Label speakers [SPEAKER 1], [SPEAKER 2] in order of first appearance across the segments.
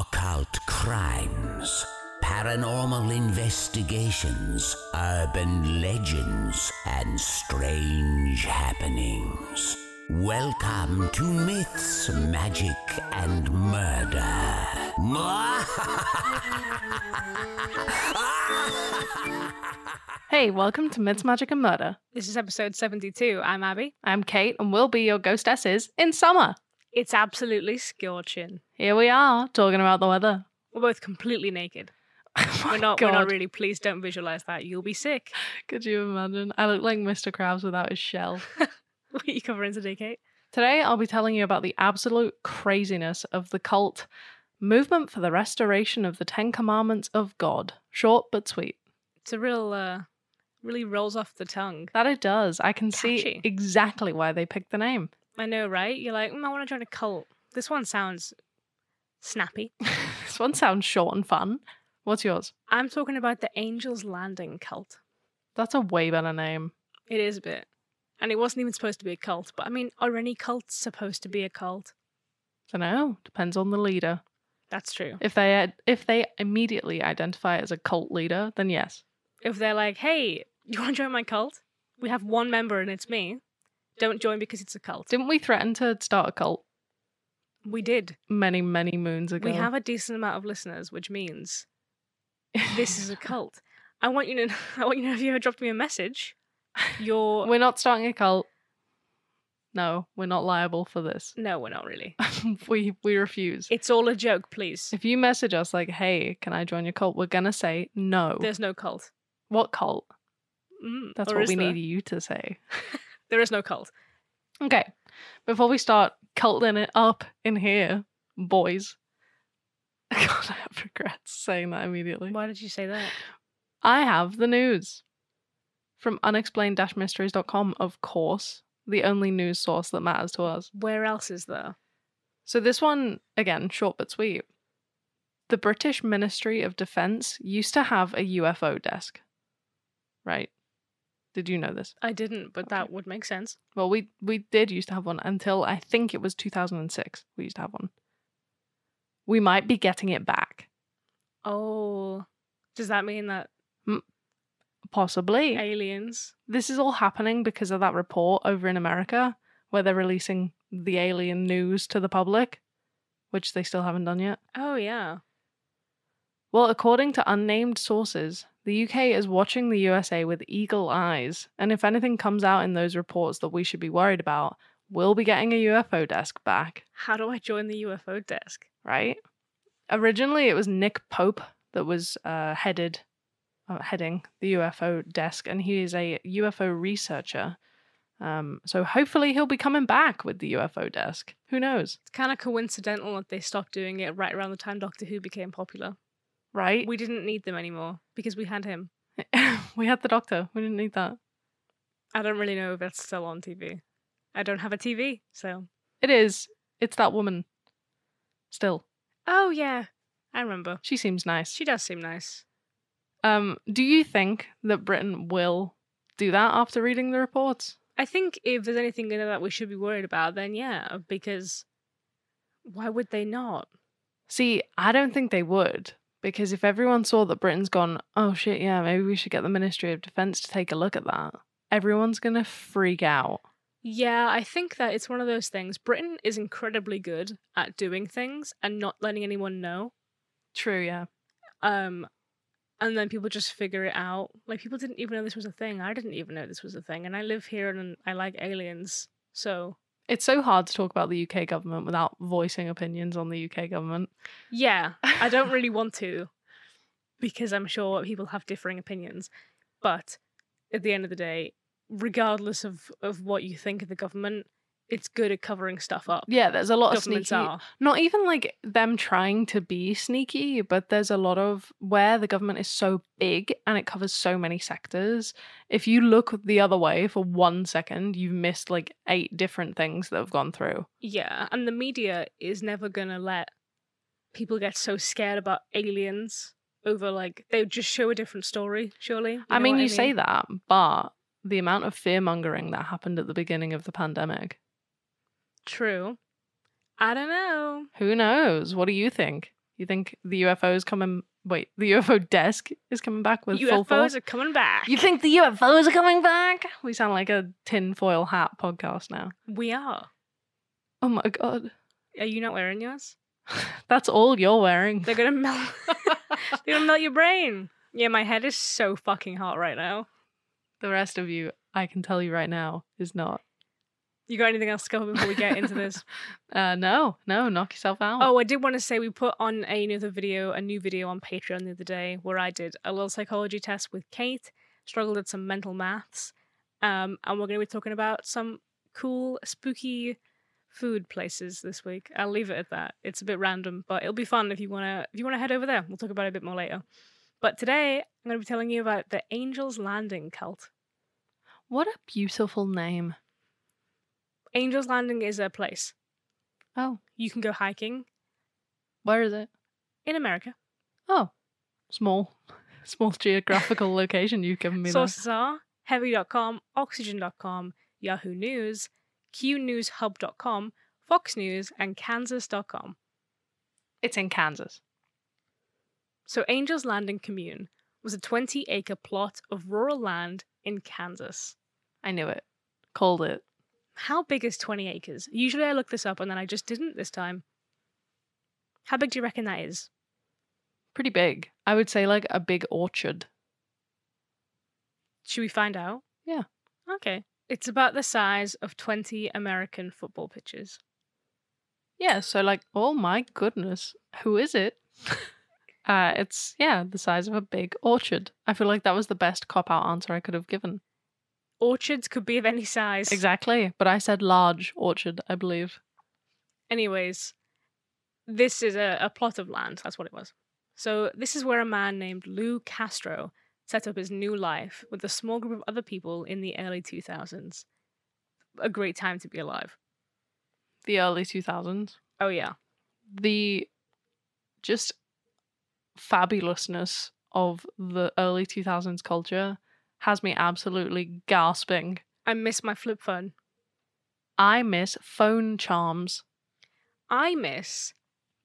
[SPEAKER 1] occult crimes, paranormal investigations, urban legends, and strange happenings. Welcome to Myths, Magic, and Murder.
[SPEAKER 2] Hey, welcome to Mids Magic and Murder.
[SPEAKER 3] This is episode 72. I'm Abby.
[SPEAKER 2] I'm Kate and we'll be your ghostesses in summer.
[SPEAKER 3] It's absolutely scorching.
[SPEAKER 2] Here we are talking about the weather.
[SPEAKER 3] We're both completely naked.
[SPEAKER 2] Oh my
[SPEAKER 3] We're not
[SPEAKER 2] God.
[SPEAKER 3] we're not really please don't visualize that. You'll be sick.
[SPEAKER 2] Could you imagine? I look like Mr. Krabs without his shell.
[SPEAKER 3] What are you covering today, Kate?
[SPEAKER 2] Today, I'll be telling you about the absolute craziness of the cult movement for the restoration of the Ten Commandments of God. Short but sweet.
[SPEAKER 3] It's a real uh really rolls off the tongue.
[SPEAKER 2] That it does. I can see
[SPEAKER 3] Catchy.
[SPEAKER 2] exactly why they picked the name.
[SPEAKER 3] I know, right? You're like, mm, I want to join a cult. This one sounds snappy.
[SPEAKER 2] this one sounds short and fun. What's yours?
[SPEAKER 3] I'm talking about the Angel's Landing cult.
[SPEAKER 2] That's a way better name.
[SPEAKER 3] It is a bit. And it wasn't even supposed to be a cult, but I mean, are any cults supposed to be a cult?
[SPEAKER 2] Dunno. Depends on the leader.
[SPEAKER 3] That's true.
[SPEAKER 2] If they ad- if they immediately identify as a cult leader, then yes.
[SPEAKER 3] if they're like, hey, you want to join my cult? We have one member and it's me. Don't join because it's a cult.
[SPEAKER 2] Didn't we threaten to start a cult
[SPEAKER 3] We did.
[SPEAKER 2] many many moons ago?
[SPEAKER 3] We have a decent amount of listeners, which means this is a cult. I want you to. Know, I want you to know if you ever dropped me a message. You're
[SPEAKER 2] we're not starting a cult. No, we're not liable for this.
[SPEAKER 3] no, we're not really.
[SPEAKER 2] we we refuse.
[SPEAKER 3] It's all a joke, please.
[SPEAKER 2] If you message us like, "Hey, can I join your cult?" We're gonna say no.
[SPEAKER 3] There's no cult.
[SPEAKER 2] what cult?
[SPEAKER 3] Mm,
[SPEAKER 2] That's
[SPEAKER 3] or
[SPEAKER 2] what
[SPEAKER 3] is
[SPEAKER 2] we
[SPEAKER 3] there?
[SPEAKER 2] need you to say.
[SPEAKER 3] There is no cult.
[SPEAKER 2] Okay, before we start culting it up in here, boys. God, I have regrets saying that immediately.
[SPEAKER 3] Why did you say that?
[SPEAKER 2] I have the news from unexplained mysteries.com, of course, the only news source that matters to us.
[SPEAKER 3] Where else is there?
[SPEAKER 2] So, this one, again, short but sweet. The British Ministry of Defense used to have a UFO desk, right? Did you know this?
[SPEAKER 3] I didn't, but that
[SPEAKER 2] Okay.
[SPEAKER 3] would make sense.
[SPEAKER 2] Well, we, we did used to have one until I think it was 2006. We used to have one. We might be getting it back,
[SPEAKER 3] Oh, does that mean that
[SPEAKER 2] possibly.
[SPEAKER 3] aliens?
[SPEAKER 2] this is all happening because of that report over in America where they're releasing the alien news to the public, which they still haven't done yet.
[SPEAKER 3] Oh yeah.
[SPEAKER 2] Well, according to unnamed sources, the UK is watching the USA with eagle eyes, and if anything comes out in those reports that we should be worried about, we'll be getting a UFO desk back,
[SPEAKER 3] How do I join the UFO desk?
[SPEAKER 2] right? Originally, it was Nick Pope that was uh, headed, uh, heading the UFO desk, and he is a UFO researcher. Um, so hopefully he'll be coming back with the UFO desk. Who knows,
[SPEAKER 3] It's kind of coincidental that they stopped doing it right around the time Doctor Who became popular.
[SPEAKER 2] right?
[SPEAKER 3] We didn't need them anymore because we had him.
[SPEAKER 2] we had the doctor. We didn't need that.
[SPEAKER 3] I don't really know if that's still on TV. I don't have a TV, so.
[SPEAKER 2] It is. It's that woman. Still,
[SPEAKER 3] Oh yeah, I remember.
[SPEAKER 2] she seems nice.
[SPEAKER 3] She does seem nice.
[SPEAKER 2] Um, do you think that Britain will do that after reading the reports?
[SPEAKER 3] I think if there's anything in it that we should be worried about, then yeah, because why would they not?
[SPEAKER 2] See, I don't think they would. Because if everyone saw that Britain's gone, oh shit, yeah, maybe we should get the Ministry of Defense to take a look at that, everyone's going to freak out.
[SPEAKER 3] Yeah, I think that it's one of those things. Britain is incredibly good at doing things and not letting anyone know.
[SPEAKER 2] True, yeah.
[SPEAKER 3] um and then people just figure it out like people didn't even know this was a thing i didn't even know this was a thing and i live here and i like aliens so
[SPEAKER 2] It's so hard to talk about the UK government without voicing opinions on the UK government.
[SPEAKER 3] yeah i don't really want to because i'm sure people have differing opinions but at the end of the day regardless of of what you think of the government it's good at covering stuff up
[SPEAKER 2] Yeah, there's a lot of
[SPEAKER 3] governments
[SPEAKER 2] sneaky
[SPEAKER 3] are
[SPEAKER 2] not even like them trying to be sneaky, but there's a lot of where the government is so big and it covers so many sectors. If you look the other way for one second, you've missed like eight different things that have gone through.
[SPEAKER 3] yeah and the media is never gonna let people get so scared about aliens over like they would just show a different story surely
[SPEAKER 2] I mean, you say that, but the amount of fear mongering that happened at the beginning of the pandemic,
[SPEAKER 3] True. I don't know.
[SPEAKER 2] who knows? What do you think? You think the UFO is coming? Wait, the UFO desk is coming back with full force.
[SPEAKER 3] UFOs are coming back.
[SPEAKER 2] You think the UFOs are coming back? We sound like a tinfoil hat podcast now.
[SPEAKER 3] we are.
[SPEAKER 2] Oh my god,
[SPEAKER 3] Are you not wearing yours?
[SPEAKER 2] that's all you're wearing.
[SPEAKER 3] They're gonna melt. They're gonna melt your brain. Yeah, my head is so fucking hot right now.
[SPEAKER 2] The rest of you, I can tell you right now, is not.
[SPEAKER 3] You got anything else to cover before we get into this?
[SPEAKER 2] Uh, no, no, knock yourself out.
[SPEAKER 3] Oh, I did want to say we put on another video, a new video on Patreon the other day where I did a little psychology test with Kate, struggled at some mental maths, um, and we're going to be talking about some cool, spooky food places this week. I'll leave it at that. It's a bit random, but it'll be fun if you want to if you want to head over there. We'll talk about it a bit more later. But today I'm going to be telling you about the Angel's Landing cult.
[SPEAKER 2] what a beautiful name.
[SPEAKER 3] Angel's Landing is a place
[SPEAKER 2] Oh,
[SPEAKER 3] you can go hiking
[SPEAKER 2] where is it?
[SPEAKER 3] in America.
[SPEAKER 2] Oh, small, small geographical location you've given me. there.
[SPEAKER 3] Sources are Heavy.com, Oxygen.com, Yahoo News, QNewsHub.com, Fox News, and Kansas.com.
[SPEAKER 2] It's in Kansas.
[SPEAKER 3] So, Angel's Landing Commune was a 20 acre plot of rural land in Kansas.
[SPEAKER 2] I knew it. Called it.
[SPEAKER 3] How big is 20 acres? Usually I look this up and then I just didn't this time. How big do you reckon that is?
[SPEAKER 2] Pretty big. I would say like a big orchard.
[SPEAKER 3] Should we find out?
[SPEAKER 2] Yeah.
[SPEAKER 3] Okay. It's about the size of 20 American football pitches.
[SPEAKER 2] Yeah. So like, oh my goodness, who is it? uh, it's yeah, the size of a big orchard. I feel like that was the best cop out answer I could have given.
[SPEAKER 3] Orchards could be of any size.
[SPEAKER 2] Exactly. But I said large orchard, I believe.
[SPEAKER 3] Anyways, this is a, a plot of land. That's what it was. So, this is where a man named Lou Castro set up his new life with a small group of other people in the early 2000s. A great time to be alive.
[SPEAKER 2] The early two thousands.
[SPEAKER 3] Oh, yeah.
[SPEAKER 2] the just fabulousness of the early 2000s culture has me absolutely gasping.
[SPEAKER 3] I miss my flip phone.
[SPEAKER 2] I miss phone charms.
[SPEAKER 3] I miss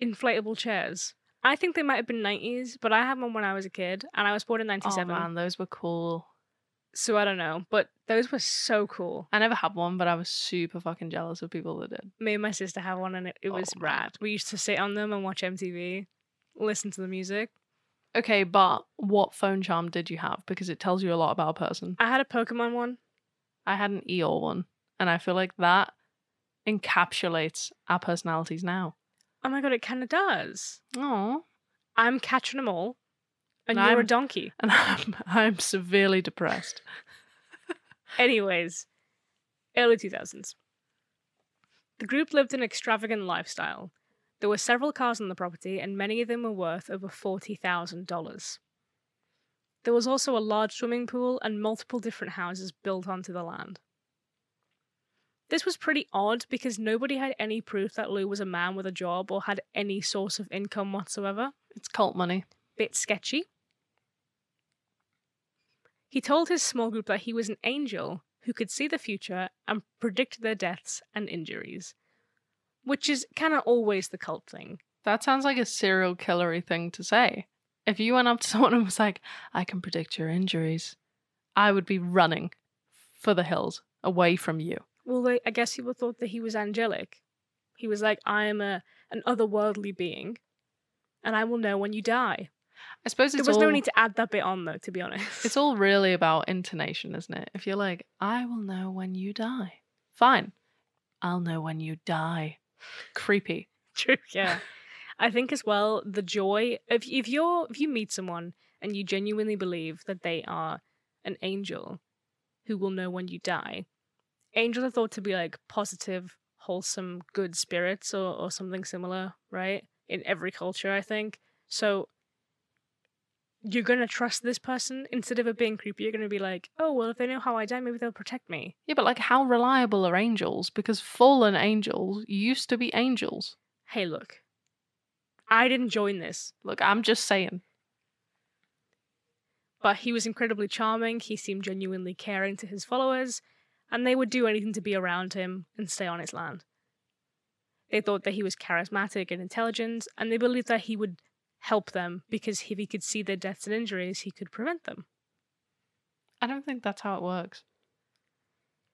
[SPEAKER 3] inflatable chairs. I think they might have been 90s, but I had one when I was a kid and I was born in
[SPEAKER 2] Oh
[SPEAKER 3] 97.
[SPEAKER 2] man, those were cool.
[SPEAKER 3] so, I don't know, but those were so cool.
[SPEAKER 2] I never had one, but I was super fucking jealous of people that did.
[SPEAKER 3] me and my sister had one and it, it
[SPEAKER 2] Oh,
[SPEAKER 3] was
[SPEAKER 2] man.
[SPEAKER 3] rad. We used to sit on them and watch MTV, listen to the music.
[SPEAKER 2] Okay, but what phone charm did you have? Because it tells you a lot about a person.
[SPEAKER 3] I had a Pokemon one.
[SPEAKER 2] I had an Eeyore one, and I feel like that encapsulates our personalities now.
[SPEAKER 3] Oh my god, it kind of does.
[SPEAKER 2] Oh,
[SPEAKER 3] I'm catching them all, and
[SPEAKER 2] And
[SPEAKER 3] you're a
[SPEAKER 2] I'm-
[SPEAKER 3] donkey.
[SPEAKER 2] and I'm, I'm severely depressed.
[SPEAKER 3] Anyways, early 2000s. The group lived an extravagant lifestyle. There were several cars on the property, and many of them were worth over $40,000. There was also a large swimming pool and multiple different houses built onto the land. This was pretty odd because nobody had any proof that Lou was a man with a job or had any source of income whatsoever.
[SPEAKER 2] It's cult money.
[SPEAKER 3] bit sketchy. He told his small group that he was an angel who could see the future and predict their deaths and injuries, which is kind of always the cult thing.
[SPEAKER 2] That sounds like a serial killery thing to say. If you went up to someone and was like, I can predict your injuries, I would be running for the hills away from you.
[SPEAKER 3] Well, they, I guess people thought that he was angelic. He was like, I am a an otherworldly being, and I will know when you die.
[SPEAKER 2] I suppose
[SPEAKER 3] There
[SPEAKER 2] it's
[SPEAKER 3] was
[SPEAKER 2] all,
[SPEAKER 3] no need to add that bit on, though. To be honest,
[SPEAKER 2] it's all really about intonation, isn't it? If you're like, I will know when you die. Fine. I'll know when you die. Creepy.
[SPEAKER 3] True. Yeah. I think as well the joy if if you're if you meet someone and you genuinely believe that they are an angel who will know when you die. Angels are thought to be like positive, wholesome, good spirits or, or something similar, right? In every culture, I think. So you're gonna trust this person instead of it being creepy, you're gonna be like, Oh well if they know how I die, maybe they'll protect me.
[SPEAKER 2] Yeah, but like, how reliable are angels? Because fallen angels used to be angels.
[SPEAKER 3] Hey look. I didn't join this.
[SPEAKER 2] Look, I'm just saying.
[SPEAKER 3] but he was incredibly charming. He seemed genuinely caring to his followers, and they would do anything to be around him and stay on his land. They thought that he was charismatic and intelligent, and they believed that he would help them because if he could see their deaths and injuries, he could prevent them.
[SPEAKER 2] I don't think that's how it works.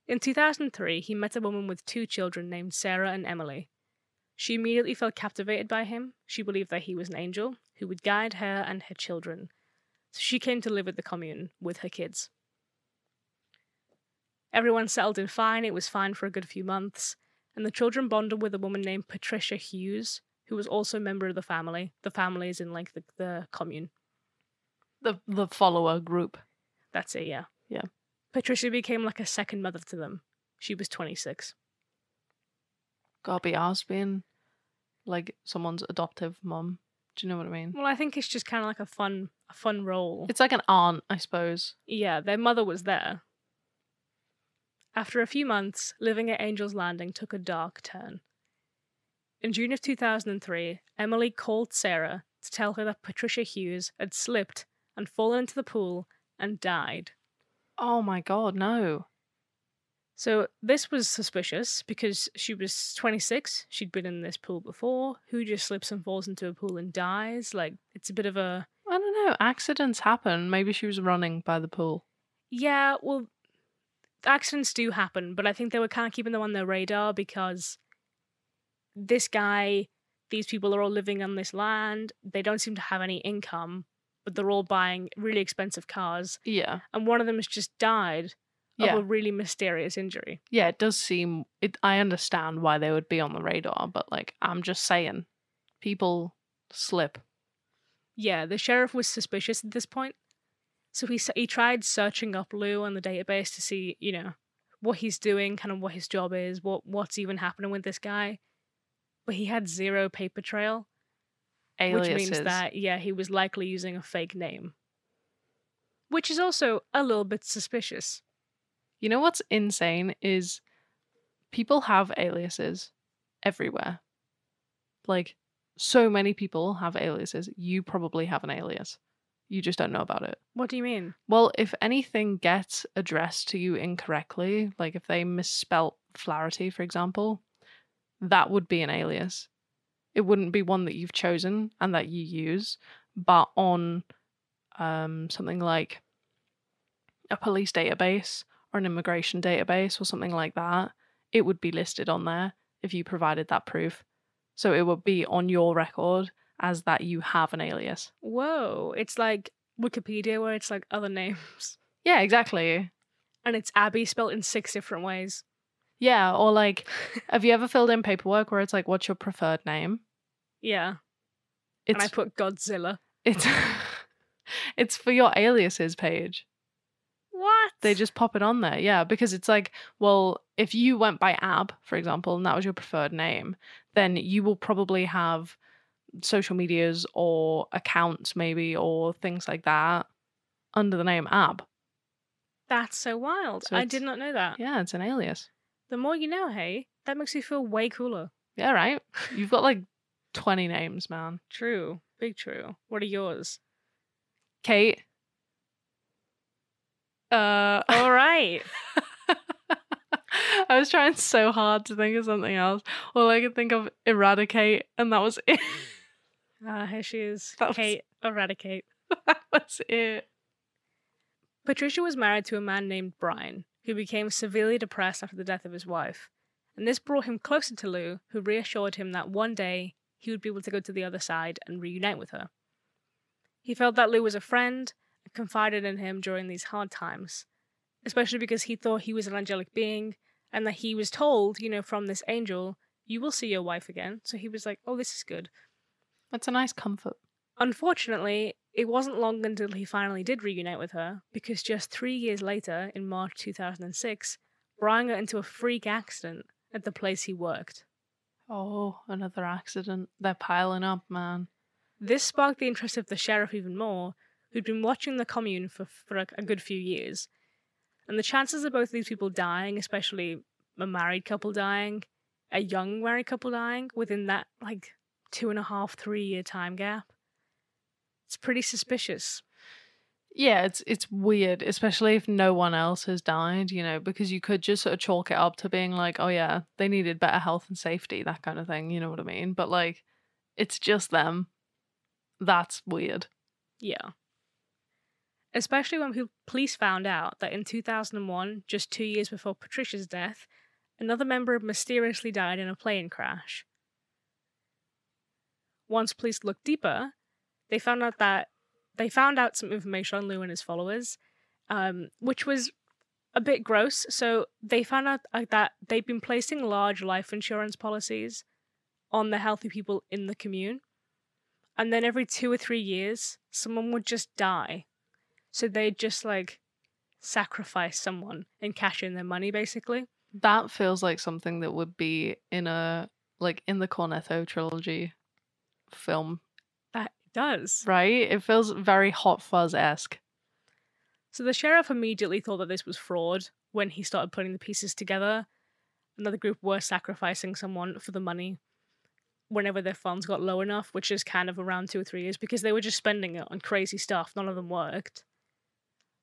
[SPEAKER 3] In 2003, he met a woman with two children named Sarah and Emily. She immediately felt captivated by him. She believed that he was an angel who would guide her and her children. So she came to live at the commune with her kids. Everyone settled in fine. It was fine for a good few months. And the children bonded with a woman named Patricia Hughes, who was also a member of the family. The family is in like the, the commune.
[SPEAKER 2] The the follower group.
[SPEAKER 3] That's it, yeah.
[SPEAKER 2] Yeah.
[SPEAKER 3] Patricia became like a second mother to them. She was 26.
[SPEAKER 2] Gotta be ours being like someone's adoptive mum. Do you know what I mean?
[SPEAKER 3] Well, I think it's just kind of like a fun, a fun role.
[SPEAKER 2] It's like an aunt, I suppose.
[SPEAKER 3] yeah, their mother was there. After a few months, living at Angel's Landing took a dark turn. In June of 2003, Emily called Sarah to tell her that Patricia Hughes had slipped and fallen into the pool and died.
[SPEAKER 2] Oh my god, no.
[SPEAKER 3] So this was suspicious because she was 26. She'd been in this pool before. Who just slips and falls into a pool and dies? Like it's a bit of a
[SPEAKER 2] I don't know. Accidents happen. Maybe she was running by the pool.
[SPEAKER 3] yeah. Well, accidents do happen, but I think they were kind of keeping them on their radar because this guy, these people are all living on this land. They don't seem to have any income, but they're all buying really expensive cars,
[SPEAKER 2] Yeah.
[SPEAKER 3] and one of them has just died of
[SPEAKER 2] Yeah.
[SPEAKER 3] a really mysterious injury.
[SPEAKER 2] Yeah, it does seem it I understand why they would be on the radar, but like I'm just saying people slip.
[SPEAKER 3] Yeah, the sheriff was suspicious at this point, so he s- he tried searching up Lou on the database to see, you know, what he's doing, kind of what his job is, what what's even happening with this guy, but he had zero paper trail,
[SPEAKER 2] Aliases.
[SPEAKER 3] which means that yeah, he was likely using a fake name, which is also a little bit suspicious.
[SPEAKER 2] You know what's insane is people have aliases everywhere. Like so many people have aliases. You probably have an alias. You just don't know about it.
[SPEAKER 3] What do you mean?
[SPEAKER 2] Well, if anything gets addressed to you incorrectly, like if they misspelt Flaherty, for example, that would be an alias. It wouldn't be one that you've chosen and that you use, but on um, something like a police database or an immigration database or something like that, it would be listed on there if you provided that proof. So it would be on your record as that you have an alias.
[SPEAKER 3] Whoa, it's like Wikipedia where it's like other names,
[SPEAKER 2] Yeah, exactly.
[SPEAKER 3] and it's Abby spelled in six different ways.
[SPEAKER 2] Yeah, or like, have you ever filled in paperwork where it's like, "What's your preferred name?"
[SPEAKER 3] Yeah, and I
[SPEAKER 2] It's
[SPEAKER 3] put Godzilla.
[SPEAKER 2] it's it's for your aliases page.
[SPEAKER 3] What?
[SPEAKER 2] They just pop it on there, yeah, because it's like, well, if you went by Ab, for example, and that was your preferred name, then you will probably have social medias or accounts, maybe, or things like that under the name Ab.
[SPEAKER 3] That's so wild.
[SPEAKER 2] So
[SPEAKER 3] I
[SPEAKER 2] it's-
[SPEAKER 3] did not know that.
[SPEAKER 2] Yeah, it's an alias.
[SPEAKER 3] The more you know, hey, that makes me feel way cooler.
[SPEAKER 2] Yeah, right. You've got like twenty names, man.
[SPEAKER 3] True. Big true. What are yours?
[SPEAKER 2] Kate. Uh.
[SPEAKER 3] All right.
[SPEAKER 2] I was trying so hard to think of something else. All I could think of eradicate, and that was it.
[SPEAKER 3] Ah, here she is.
[SPEAKER 2] That was-
[SPEAKER 3] Kate, eradicate.
[SPEAKER 2] that was it.
[SPEAKER 3] Patricia was married to a man named Brian, who became severely depressed after the death of his wife. And this brought him closer to Lou, who reassured him that one day he would be able to go to the other side and reunite with her. He felt that Lou was a friend and confided in him during these hard times, especially because he thought he was an angelic being and that he was told, you know, from this angel, you will see your wife again. So he was like, oh, this is good.
[SPEAKER 2] That's a nice comfort.
[SPEAKER 3] Unfortunately, it wasn't long until he finally did reunite with her, because just three years later, in March 2006, Brian got into a freak accident at the place he worked.
[SPEAKER 2] Oh, another accident. They're piling up, man.
[SPEAKER 3] This sparked the interest of the sheriff even more, who'd been watching the commune for, for a, a good few years. And the chances of both these people dying, especially a married couple dying, a young married couple dying, within that like two and a half, three year time gap, it's pretty suspicious.
[SPEAKER 2] yeah, it's it's weird, especially if no one else has died, you know, because you could just sort of chalk it up to being like, oh yeah, they needed better health and safety, that kind of thing, you know what I mean? But like it's just them. That's weird.
[SPEAKER 3] Yeah. Especially when pol- police found out that in 2001, just two years before Patricia's death, another member mysteriously died in a plane crash. Once police looked deeper, they found out that they found out some information on Lou and his followers, um, which was a bit gross. So they found out uh, that they'd been placing large life insurance policies on the healthy people in the commune. And then every two or three years, someone would just die. So they'd just like sacrifice someone and cash in their money, basically.
[SPEAKER 2] That feels like something that would be in a like in the Cornetto trilogy film,
[SPEAKER 3] That does.
[SPEAKER 2] right? It feels very hot fuzz esque.
[SPEAKER 3] So the sheriff immediately thought that this was fraud when he started putting the pieces together. Another group were sacrificing someone for the money whenever their funds got low enough, which is kind of around two or three years, because they were just spending it on crazy stuff. None of them worked.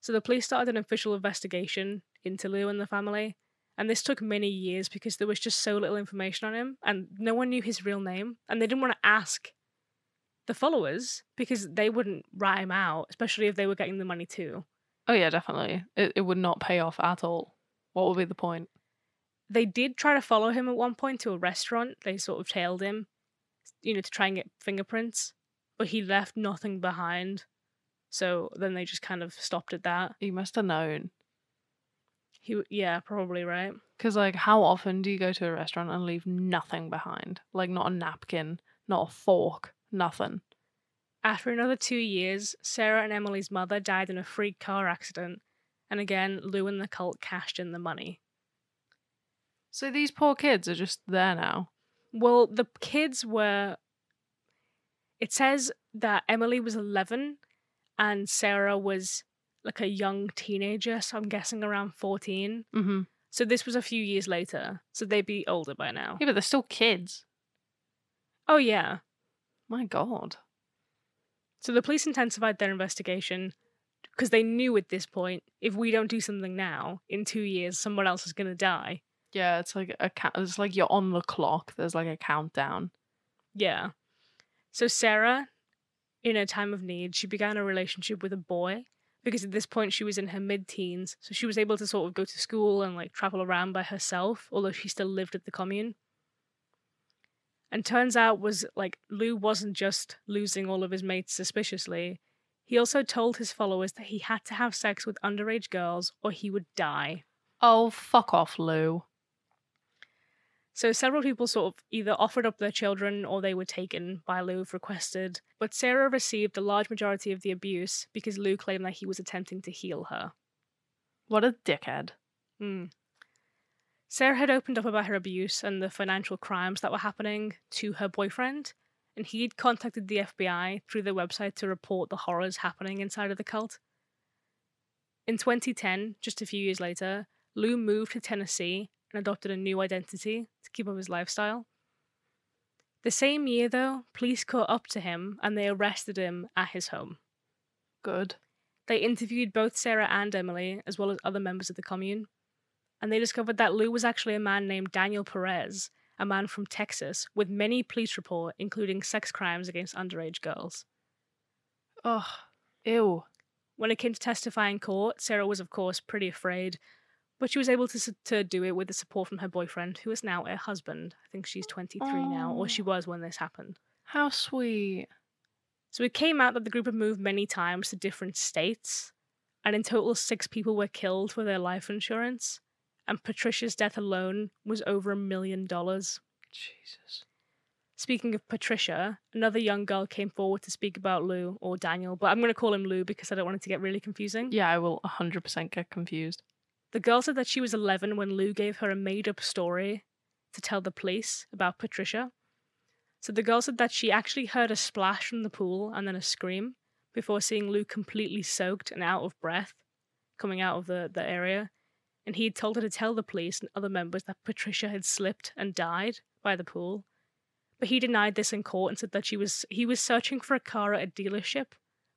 [SPEAKER 3] So the police started an official investigation into Lou and the family. And this took many years because there was just so little information on him and no one knew his real name. And they didn't want to ask the followers because they wouldn't rat him out, especially if they were getting the money too.
[SPEAKER 2] Oh yeah, definitely. It it would not pay off at all. What would be the point?
[SPEAKER 3] they did try to follow him at one point to a restaurant. They sort of tailed him, you know, to try and get fingerprints, but he left nothing behind. So then they just kind of stopped at that.
[SPEAKER 2] You must have known.
[SPEAKER 3] He, w- yeah, probably right.
[SPEAKER 2] Because, like, how often do you go to a restaurant and leave nothing behind? Like, not a napkin, not a fork, nothing.
[SPEAKER 3] After another two years, Sarah and Emily's mother died in a freak car accident, and again, Lou and the cult cashed in the money.
[SPEAKER 2] So these poor kids are just there now.
[SPEAKER 3] Well, the kids were. It says that Emily was 11 and Sarah was like a young teenager, so I'm guessing around 14.
[SPEAKER 2] Mm-hmm.
[SPEAKER 3] So this was a few years later, so they'd be older by now.
[SPEAKER 2] Yeah, but they're still kids.
[SPEAKER 3] Oh, yeah.
[SPEAKER 2] My God.
[SPEAKER 3] So the police intensified their investigation because they knew at this point if we don't do something now, in two years, someone else is going to die.
[SPEAKER 2] Yeah, it's like a ca- it's like you're on the clock. There's like a countdown.
[SPEAKER 3] Yeah. So Sarah, in her time of need, she began a relationship with a boy because at this point she was in her mid teens. So she was able to sort of go to school and like travel around by herself, although she still lived at the commune. And turns out was like Lou wasn't just losing all of his mates suspiciously. He also told his followers that he had to have sex with underage girls or he would die.
[SPEAKER 2] Oh, fuck off, Lou.
[SPEAKER 3] So several people sort of either offered up their children or they were taken by Lou if requested. But Sarah received the large majority of the abuse because Lou claimed that he was attempting to heal her.
[SPEAKER 2] What a dickhead.
[SPEAKER 3] Hmm. Sarah had opened up about her abuse and the financial crimes that were happening to her boyfriend, and he'd contacted the FBI through their website to report the horrors happening inside of the cult. In 2010, just a few years later, Lou moved to Tennessee and adopted a new identity to keep up his lifestyle. The same year, though, police caught up to him and they arrested him at his home.
[SPEAKER 2] Good.
[SPEAKER 3] They interviewed both Sarah and Emily, as well as other members of the commune, and they discovered that Lou was actually a man named Daniel Perez, a man from Texas, with many police reports, including sex crimes against underage girls.
[SPEAKER 2] Ugh. Ew.
[SPEAKER 3] When it came to testify in court, Sarah was, of course, pretty afraid, but she was able to, s- to do it with the support from her boyfriend, who is now her husband. I think she's 23 now,
[SPEAKER 2] Aw.
[SPEAKER 3] or she was when this happened.
[SPEAKER 2] How sweet.
[SPEAKER 3] So it came out that the group had moved many times to different states, and in total, six people were killed for their life insurance. And Patricia's death alone was over a million dollars.
[SPEAKER 2] Jesus.
[SPEAKER 3] Speaking of Patricia, another young girl came forward to speak about Lou or Daniel, but I'm going to call him Lou because I don't want it to get really confusing.
[SPEAKER 2] Yeah, I will 100% get confused.
[SPEAKER 3] The girl said that she was 11 when Lou gave her a made up story to tell the police about Patricia. So the girl said that she actually heard a splash from the pool and then a scream before seeing Lou completely soaked and out of breath coming out of the, the area. And he had told her to tell the police and other members that Patricia had slipped and died by the pool. But he denied this in court and said that she was he was searching for a car at a dealership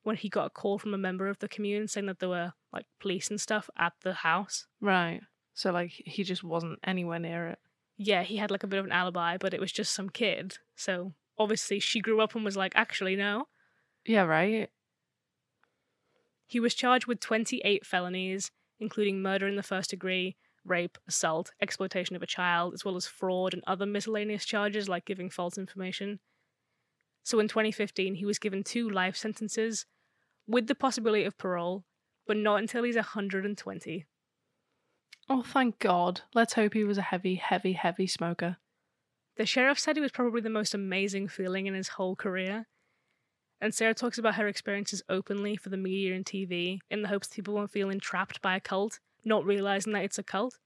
[SPEAKER 3] when he got a call from a member of the commune saying that there were like police and stuff at the house.
[SPEAKER 2] Right. So like he just wasn't anywhere near it.
[SPEAKER 3] Yeah, he had like a bit of an alibi, but it was just some kid. So obviously she grew up and was like, actually, no.
[SPEAKER 2] Yeah, right.
[SPEAKER 3] He was charged with 28 felonies, including murder in the first degree, rape, assault, exploitation of a child, as well as fraud and other miscellaneous charges like giving false information. So in 2015, he was given two life sentences with the possibility of parole, but not until he's 120.
[SPEAKER 2] Oh, thank God. Let's hope he was a heavy, heavy, heavy smoker.
[SPEAKER 3] The sheriff said it was probably the most amazing feeling in his whole career. And Sarah talks about her experiences openly for the media and TV in the hopes that people won't feel entrapped by a cult, not realizing that it's a cult.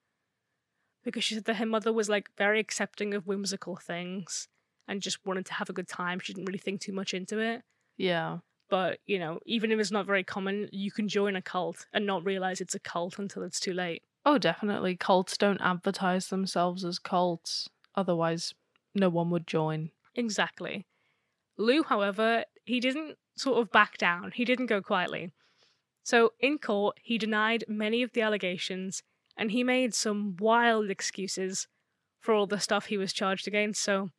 [SPEAKER 3] Because she said that her mother was like very accepting of whimsical things and just wanted to have a good time. She didn't really think too much into it.
[SPEAKER 2] Yeah.
[SPEAKER 3] But, you know, even if it's not very common, you can join a cult and not realize it's a cult until it's too late.
[SPEAKER 2] Oh, definitely. Cults don't advertise themselves as cults. Otherwise, no one would join.
[SPEAKER 3] Exactly. Lou, however, he didn't sort of back down. He didn't go quietly. So in court, he denied many of the allegations and he made some wild excuses for all the stuff he was charged against. So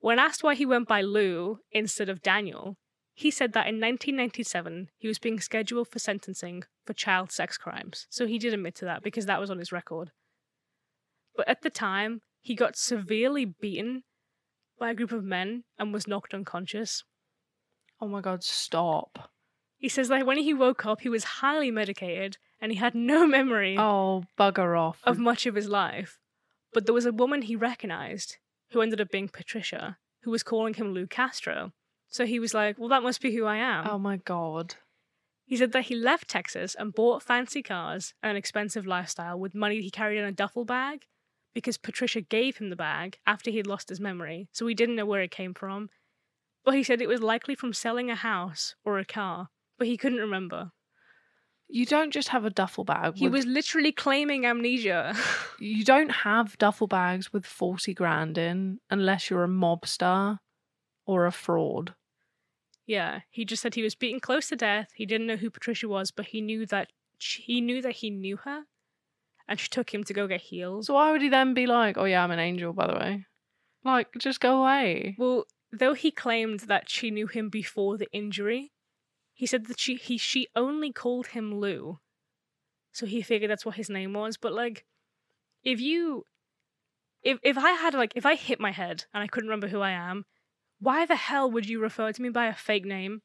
[SPEAKER 3] when asked why he went by Lou instead of Daniel, he said that in 1997 he was being scheduled for sentencing for child sex crimes. So he did admit to that because that was on his record. But at the time, he got severely beaten by a group of men and was knocked unconscious.
[SPEAKER 2] Oh my God, stop.
[SPEAKER 3] He says that when he woke up, he was highly medicated and he had no memory
[SPEAKER 2] Oh, bugger off.
[SPEAKER 3] of much of his life. But there was a woman he recognized who ended up being Patricia, who was calling him Lou Castro. So he was like, Well, that must be who I am.
[SPEAKER 2] oh my God.
[SPEAKER 3] He said that he left Texas and bought fancy cars and an expensive lifestyle with money he carried in a duffel bag because Patricia gave him the bag after he'd lost his memory, so he didn't know where it came from. But he said it was likely from selling a house or a car, but he couldn't remember.
[SPEAKER 2] You don't just have a duffel bag.
[SPEAKER 3] He
[SPEAKER 2] with-
[SPEAKER 3] was literally claiming amnesia.
[SPEAKER 2] You don't have duffel bags with 40 grand in unless you're a mobster or a fraud.
[SPEAKER 3] yeah, he just said he was beaten close to death. He didn't know who Patricia was, but he knew that she, he knew that he knew her, and she took him to go get healed.
[SPEAKER 2] So why would he then be like, oh yeah, I'm an angel, by the way? Like, just go away.
[SPEAKER 3] Well, though he claimed that she knew him before the injury, he said that she he she only called him Lou. So he figured that's what his name was, but like if you if if I had like if I hit my head and I couldn't remember who I am, why the hell would you refer to me by a fake name?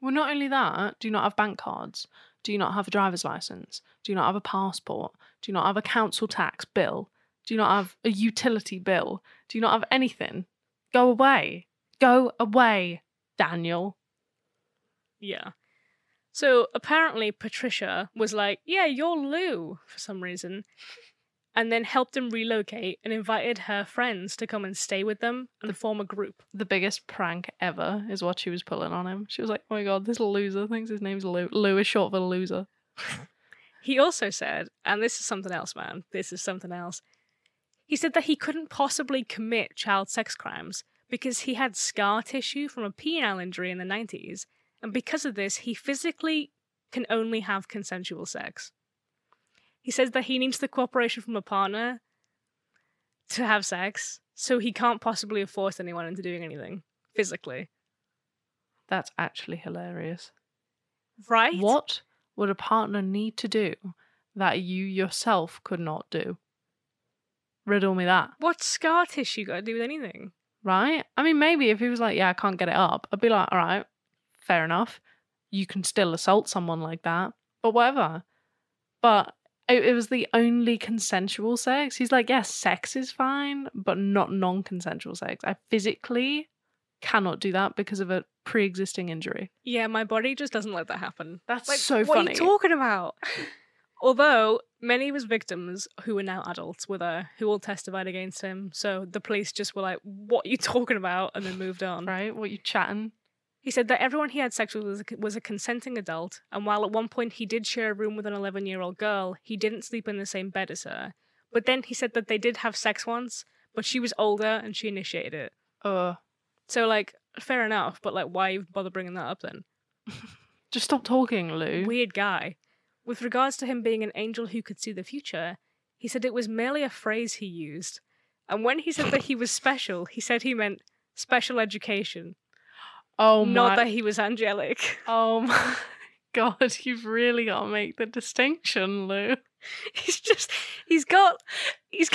[SPEAKER 2] Well, not only that, do you not have bank cards? Do you not have a driver's license? Do you not have a passport? Do you not have a council tax bill? Do you not have a utility bill? Do you not have anything? Go away. Go away, Daniel.
[SPEAKER 3] Yeah. So apparently Patricia was like, "Yeah, you're Lou" for some reason. And then helped him relocate and invited her friends to come and stay with them and form a group.
[SPEAKER 2] The biggest prank ever is what she was pulling on him. She was like, oh my god, this loser thinks his name's Lou. Lou is short for loser.
[SPEAKER 3] He also said, and this is something else, man, this is something else. He said that he couldn't possibly commit child sex crimes because he had scar tissue from a penile injury in the 90s, and because of this, he physically can only have consensual sex. He says that he needs the cooperation from a partner to have sex, so he can't possibly have forced anyone into doing anything physically.
[SPEAKER 2] That's actually hilarious.
[SPEAKER 3] Right?
[SPEAKER 2] What would a partner need to do that you yourself could not do? Riddle me that,
[SPEAKER 3] What's scar tissue got to do with anything?
[SPEAKER 2] right? I mean, maybe if he was like, yeah, I can't get it up, I'd be like, all right, fair enough. You can still assault someone like that, but whatever. But it, it was the only consensual sex. He's like, yes, sex is fine, but not non consensual sex. I physically cannot do that because of a pre existing injury.
[SPEAKER 3] Yeah, my body just doesn't let that happen.
[SPEAKER 2] That's so
[SPEAKER 3] what
[SPEAKER 2] funny.
[SPEAKER 3] are you talking about? Although many of his victims, who are now adults with her, who all testified against him, so the police just were like, "What are you talking about?" and then moved on.
[SPEAKER 2] Right? What you chatting?
[SPEAKER 3] He said that everyone he had sex with was a, was a consenting adult, and while at one point he did share a room with an 11 year old girl, he didn't sleep in the same bed as her. But then he said that they did have sex once, but she was older and she initiated it.
[SPEAKER 2] Uh,
[SPEAKER 3] So like, fair enough, but like, why bother bringing that up then?
[SPEAKER 2] Just stop talking, Lou.
[SPEAKER 3] Weird guy. With regards to him being an angel who could see the future, he said it was merely a phrase he used. And when he said that he was special, he said he meant special education,
[SPEAKER 2] oh my.
[SPEAKER 3] not that he was angelic.
[SPEAKER 2] oh my god! You've really got to make the distinction, Lou.
[SPEAKER 3] He's just, he's got, he's,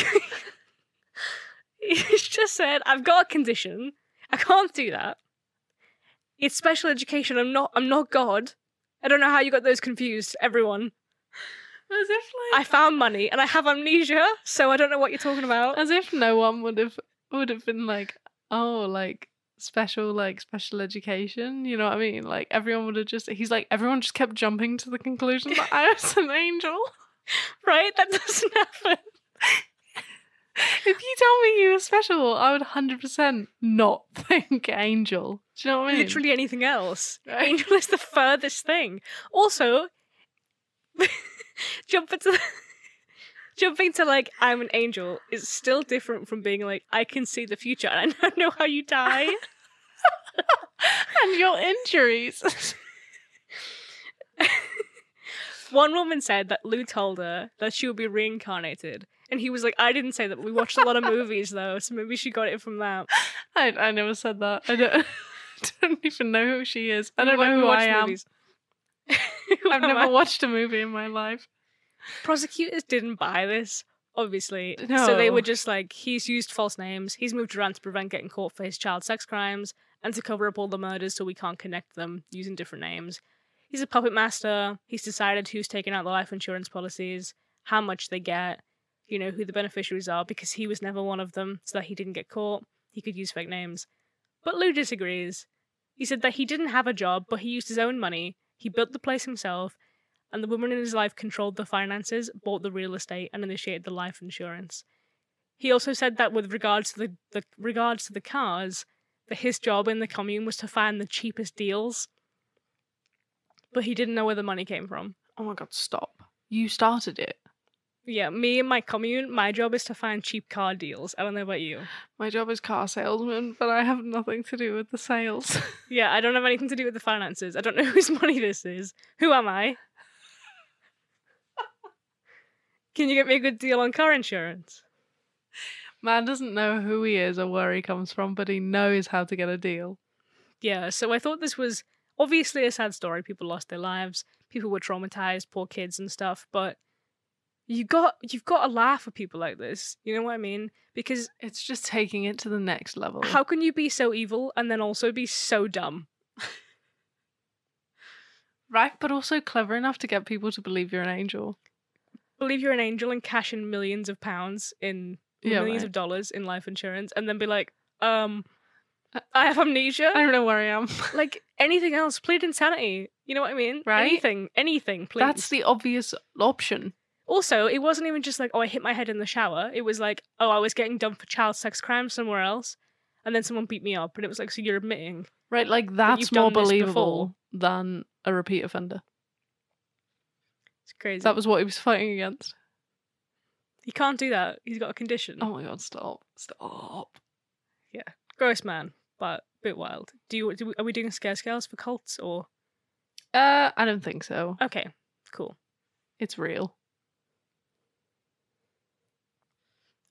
[SPEAKER 3] he's just said, I've got a condition. I can't do that. It's special education. I'm not, I'm not God. I don't know how you got those confused, everyone.
[SPEAKER 2] As if
[SPEAKER 3] I found money and I have amnesia, so I don't know what you're talking about.
[SPEAKER 2] as if no one would have would have been like, oh, like special, like special education. You know what I mean? Like everyone would have just. He's like everyone just kept jumping to the conclusion that I was an angel.
[SPEAKER 3] Right? That doesn't happen.
[SPEAKER 2] If you told me you were special, I would hundred percent not think angel. Do you know what I mean?
[SPEAKER 3] Literally anything else.
[SPEAKER 2] Right.
[SPEAKER 3] Angel is the furthest thing. Also, jumping to jumping to like I'm an angel is still different from being like I can see the future and I know how you die.
[SPEAKER 2] and your injuries.
[SPEAKER 3] One woman said that Lou told her that she would be reincarnated. And he was like, I didn't say that, but we watched a lot of movies though, so maybe she got it from that.
[SPEAKER 2] I, I never said that. I don't, don't even know who she is. I don't
[SPEAKER 3] When
[SPEAKER 2] know
[SPEAKER 3] we
[SPEAKER 2] who I
[SPEAKER 3] watch
[SPEAKER 2] am.
[SPEAKER 3] movies.
[SPEAKER 2] I've
[SPEAKER 3] Who am I?
[SPEAKER 2] never watched a movie in my life.
[SPEAKER 3] prosecutors didn't buy this obviously so they
[SPEAKER 2] No.
[SPEAKER 3] were just like he's used false names he's moved around to prevent getting caught for his child sex crimes and to cover up all the murders so we can't connect them using different names he's a puppet master he's decided who's taking out the life insurance policies how much they get you know who the beneficiaries are because he was never one of them so that he didn't get caught he could use fake names but lou disagrees he said that he didn't have a job but he used his own money he built the place himself and the woman in his life controlled the finances, bought the real estate, and initiated the life insurance. He also said that with regards to the, the regards to the cars, that his job in the commune was to find the cheapest deals. But he didn't know where the money came from.
[SPEAKER 2] Oh my god, stop. You started it.
[SPEAKER 3] Yeah, me and my commune, my job is to find cheap car deals. I don't know about you.
[SPEAKER 2] My job is car salesman, but I have nothing to do with the sales.
[SPEAKER 3] Yeah, I don't have anything to do with the finances. I don't know whose money this is. Who am I? Can you get me a good deal on car insurance?
[SPEAKER 2] Man doesn't know who he is or where he comes from, but he knows how to get a deal.
[SPEAKER 3] Yeah, so I thought this was obviously a sad story. People lost their lives, people were traumatized, poor kids and stuff, but you got you've got to laugh at people like this. You know what I mean? Because
[SPEAKER 2] It's just taking it to the next level.
[SPEAKER 3] how can you be so evil and then also be so dumb?
[SPEAKER 2] right, but also clever enough to get people to believe you're an angel.
[SPEAKER 3] Believe you're an angel and cash in millions of pounds in
[SPEAKER 2] Yeah,
[SPEAKER 3] millions
[SPEAKER 2] right.
[SPEAKER 3] of dollars in life insurance and then be like, um I have amnesia.
[SPEAKER 2] Uh, I don't know where I am.
[SPEAKER 3] like anything else, plead insanity. You know what I mean?
[SPEAKER 2] Right?
[SPEAKER 3] Anything, anything, please.
[SPEAKER 2] That's the obvious option.
[SPEAKER 3] Also, it wasn't even just like, oh, I hit my head in the shower. It was like, oh, I was getting done for child sex crimes somewhere else. And then someone beat me up. And it was like, so you're admitting.
[SPEAKER 2] Right, like
[SPEAKER 3] you've
[SPEAKER 2] that's more
[SPEAKER 3] done this before.
[SPEAKER 2] believable than a repeat offender.
[SPEAKER 3] It's crazy.
[SPEAKER 2] That was what he was fighting against.
[SPEAKER 3] he can't do that. He's got a condition.
[SPEAKER 2] Oh my god, stop. Stop.
[SPEAKER 3] Gross man, but a bit wild. Do you, do we, are we doing scare scales for cults or?
[SPEAKER 2] Uh, I don't think so.
[SPEAKER 3] Okay, cool.
[SPEAKER 2] It's real.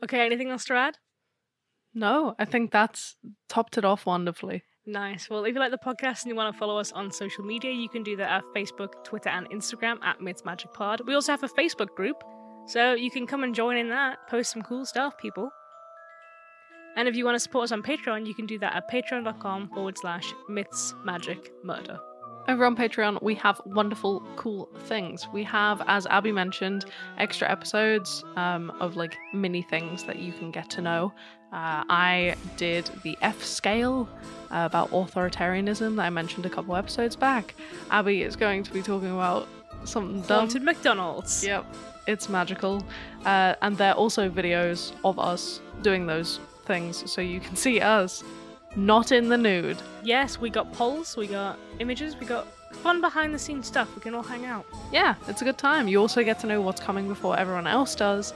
[SPEAKER 3] Okay, anything else to add?
[SPEAKER 2] No, I think that's topped it off wonderfully.
[SPEAKER 3] Nice. Well, if you like the podcast and you want to follow us on social media, you can do that at Facebook, Twitter, and Instagram at Mids Magic Pod. We also have a Facebook group, so you can come and join in that. Post some cool stuff, people. And if you want to support us on Patreon, you can do that at patreon.com forward slash myths magic murder.
[SPEAKER 2] Over on Patreon, we have wonderful, cool things. We have, as Abby mentioned, extra episodes um, of like mini things that you can get to know. Uh, I did the F scale uh, about authoritarianism that I mentioned a couple episodes back. Abby is going to be talking about something dumb.
[SPEAKER 3] Haunted McDonald's.
[SPEAKER 2] Yep, it's magical. Uh, and there are also videos of us doing those things, so you can see us not in the nude.
[SPEAKER 3] Yes, we got polls, we got images, we got fun behind the scenes stuff. We can all hang out.
[SPEAKER 2] Yeah, it's a good time. You also get to know what's coming before everyone else does.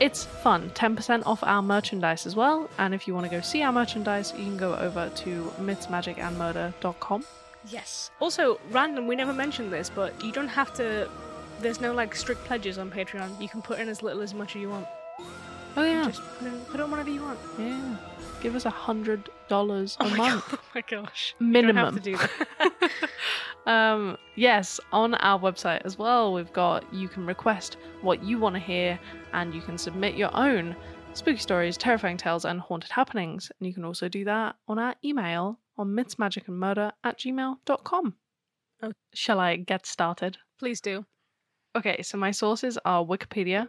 [SPEAKER 2] It's fun. 10% off our merchandise as well. And if you want to go see our merchandise, you can go over to mythsmagicandmurder.com
[SPEAKER 3] Yes. Also, random, we never mentioned this, but you don't have to. There's no like strict pledges on Patreon. You can put in as little as much as you want.
[SPEAKER 2] Oh yeah,
[SPEAKER 3] Just put in, put in whatever you want.
[SPEAKER 2] yeah. Give us a hundred dollars a
[SPEAKER 3] my
[SPEAKER 2] month
[SPEAKER 3] go- oh my gosh.
[SPEAKER 2] minimum.
[SPEAKER 3] You don't have to do that.
[SPEAKER 2] um, yes, on our website as well, we've got you can request what you want to hear and you can submit your own spooky stories, terrifying tales, and haunted happenings. And you can also do that on our email on mythsmagicandmurder at gmail.com.
[SPEAKER 3] Oh.
[SPEAKER 2] Shall I get started?
[SPEAKER 3] Please do.
[SPEAKER 2] Okay, so my sources are Wikipedia,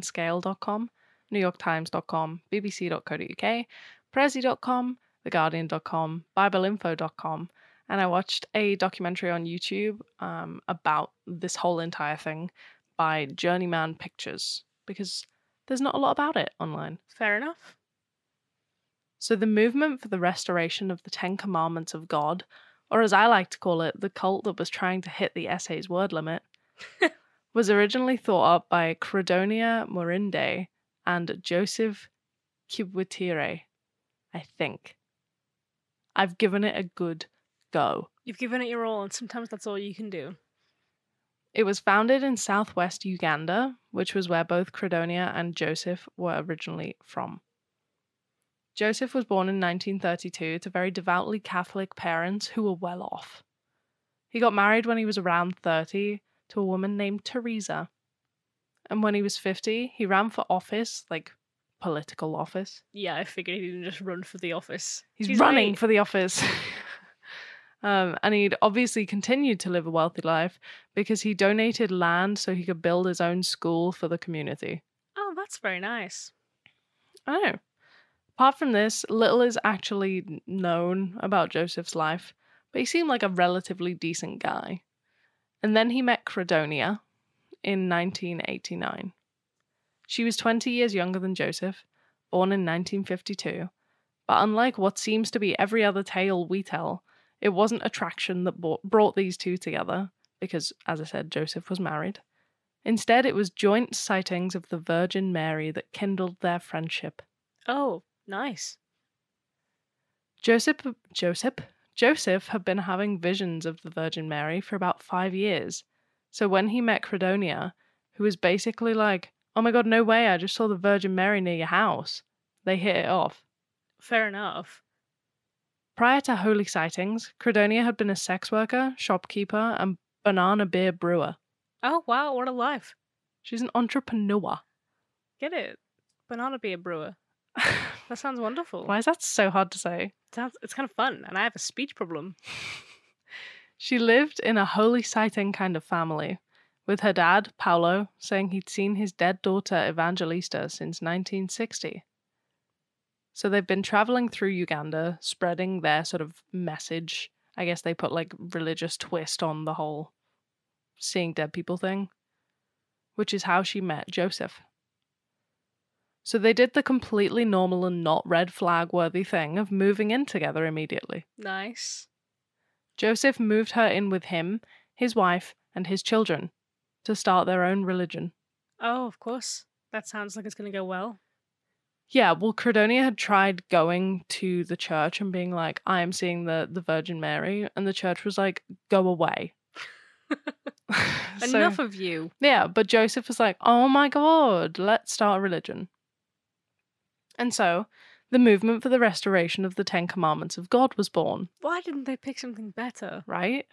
[SPEAKER 2] swordandscale.com, newyorktimes.com, bbc.co.uk, prezi.com, theguardian.com, bibleinfo.com, and I watched a documentary on YouTube um, about this whole entire thing by Journeyman Pictures because there's not a lot about it online.
[SPEAKER 3] Fair enough.
[SPEAKER 2] So, the movement for the restoration of the Ten Commandments of God, or as I like to call it, the cult that was trying to hit the essay's word limit, was originally thought up by Credonia Morinde and Joseph Kibwetire, I think. I've given it a good go.
[SPEAKER 3] You've given it your all, and sometimes that's all you can do.
[SPEAKER 2] It was founded in southwest Uganda, which was where both Credonia and Joseph were originally from. Joseph was born in 1932 to very devoutly Catholic parents who were well off. He got married when he was around 30 to a woman named Teresa. And when he was 50, he ran for office, like political office.
[SPEAKER 3] Yeah, I figured he didn't just run for the office.
[SPEAKER 2] He's, running
[SPEAKER 3] great.
[SPEAKER 2] for the office. um, and he'd obviously continued to live a wealthy life because he donated land so he could build his own school for the community.
[SPEAKER 3] Oh, that's very nice.
[SPEAKER 2] I don't know. Oh. Apart from this, little is actually known about Joseph's life, but he seemed like a relatively decent guy. And then he met Credonia in 1989. She was 20 years younger than Joseph, born in 1952, but unlike what seems to be every other tale we tell, it wasn't attraction that bought, brought these two together, because, as I said, Joseph was married. Instead, it was joint sightings of the Virgin Mary that kindled their friendship.
[SPEAKER 3] Oh, nice.
[SPEAKER 2] Joseph, Joseph, Joseph had been having visions of the Virgin Mary for about five years. So when he met Credonia, who was basically like, "Oh my God, no way! I just saw the Virgin Mary near your house," they hit it off.
[SPEAKER 3] Fair enough.
[SPEAKER 2] Prior to holy sightings, Credonia had been a sex worker, shopkeeper, and banana beer brewer.
[SPEAKER 3] Oh wow, what a life.
[SPEAKER 2] She's an entrepreneur.
[SPEAKER 3] Get it? Banana beer brewer. That sounds wonderful.
[SPEAKER 2] Why is that so hard to say?
[SPEAKER 3] Sounds it's kind of fun, and I have a speech problem.
[SPEAKER 2] She lived in a holy sighting kind of family, with her dad, Paolo, saying he'd seen his dead daughter Evangelista since 1960. So they've been traveling through Uganda, spreading their sort of message. I guess they put like religious twist on the whole seeing dead people thing, which is how she met Joseph. So they did the completely normal and not red flag worthy thing of moving in together immediately.
[SPEAKER 3] Nice.
[SPEAKER 2] Joseph moved her in with him, his wife, and his children to start their own religion.
[SPEAKER 3] Oh, of course. That sounds like it's gonna go well.
[SPEAKER 2] Yeah, well, Credonia had tried going to the church and being like, I am seeing the, the Virgin Mary. And the church was like, go away. So-
[SPEAKER 3] Enough of you.
[SPEAKER 2] Yeah, but Joseph was like, oh my God, let's start a religion. And so the movement for the restoration of the Ten Commandments of God was born.
[SPEAKER 3] Why didn't they pick something better?
[SPEAKER 2] right?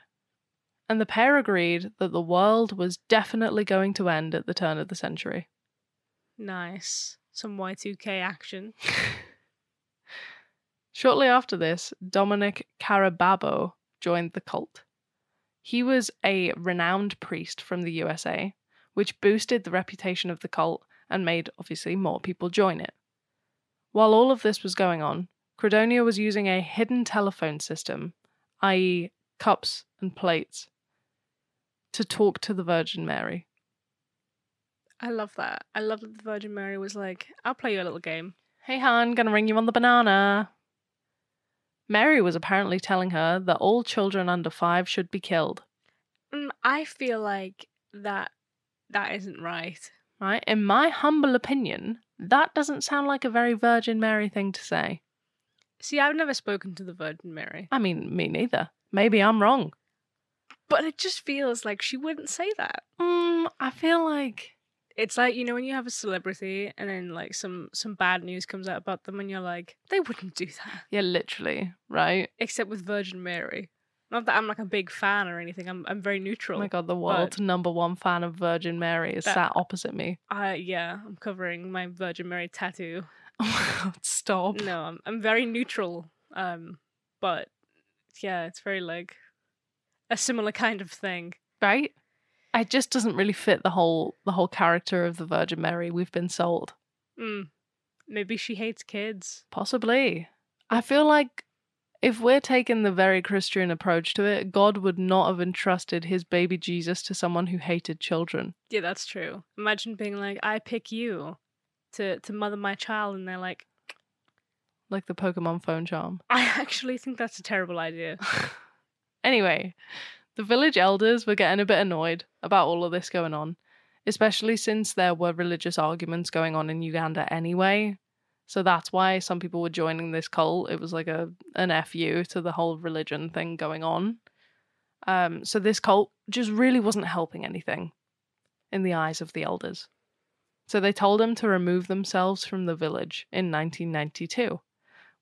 [SPEAKER 2] And the pair agreed that the world was definitely going to end at the turn of the century.
[SPEAKER 3] Nice. Some Y2K action.
[SPEAKER 2] Shortly after this, Dominic Carababo joined the cult. He was a renowned priest from the USA, which boosted the reputation of the cult and made, obviously, more people join it. While all of this was going on, Credonia was using a hidden telephone system, i.e., cups and plates, to talk to the Virgin Mary.
[SPEAKER 3] I love that. I love that the Virgin Mary was like, I'll play you a little game.
[SPEAKER 2] Hey, hon, gonna ring you on the banana. Mary was apparently telling her that all children under five should be killed.
[SPEAKER 3] Mm, I feel like that that isn't right.
[SPEAKER 2] Right? In my humble opinion, that doesn't sound like a very Virgin Mary thing to say.
[SPEAKER 3] See, I've never spoken to the Virgin Mary.
[SPEAKER 2] I mean, me neither. Maybe I'm wrong.
[SPEAKER 3] But it just feels like she wouldn't say that.
[SPEAKER 2] Mm, I feel like
[SPEAKER 3] It's like you know when you have a celebrity and then like some some bad news comes out about them and you're like they wouldn't do that.
[SPEAKER 2] yeah, literally, right?
[SPEAKER 3] Except with Virgin Mary. Not that I'm like a big fan or anything. I'm I'm very
[SPEAKER 2] Oh
[SPEAKER 3] neutral.
[SPEAKER 2] my god, the world's number one fan of Virgin Mary is
[SPEAKER 3] That-
[SPEAKER 2] sat opposite me.
[SPEAKER 3] I yeah, I'm covering my Virgin Mary tattoo.
[SPEAKER 2] Oh my god, stop.
[SPEAKER 3] No, I'm I'm very neutral. Um, but yeah, it's very like a similar kind of thing.
[SPEAKER 2] Right? It just doesn't really fit the whole the whole character of the Virgin Mary we've been sold.
[SPEAKER 3] Mm. Maybe she hates kids.
[SPEAKER 2] Possibly. I feel like if we're taking the very Christian approach to it, God would not have entrusted his baby Jesus to someone who hated children.
[SPEAKER 3] Yeah, that's true. Imagine being like, I pick you to to mother my child, and they're like,
[SPEAKER 2] Like the Pokemon phone charm.
[SPEAKER 3] I actually think that's a terrible idea.
[SPEAKER 2] Anyway, the village elders were getting a bit annoyed about all of this going on, especially since there were religious arguments going on in Uganda anyway. So that's why some people were joining this cult. It was like a an FU to the whole religion thing going on. Um, so this cult just really wasn't helping anything in the eyes of the elders. So they told them to remove themselves from the village in 1992,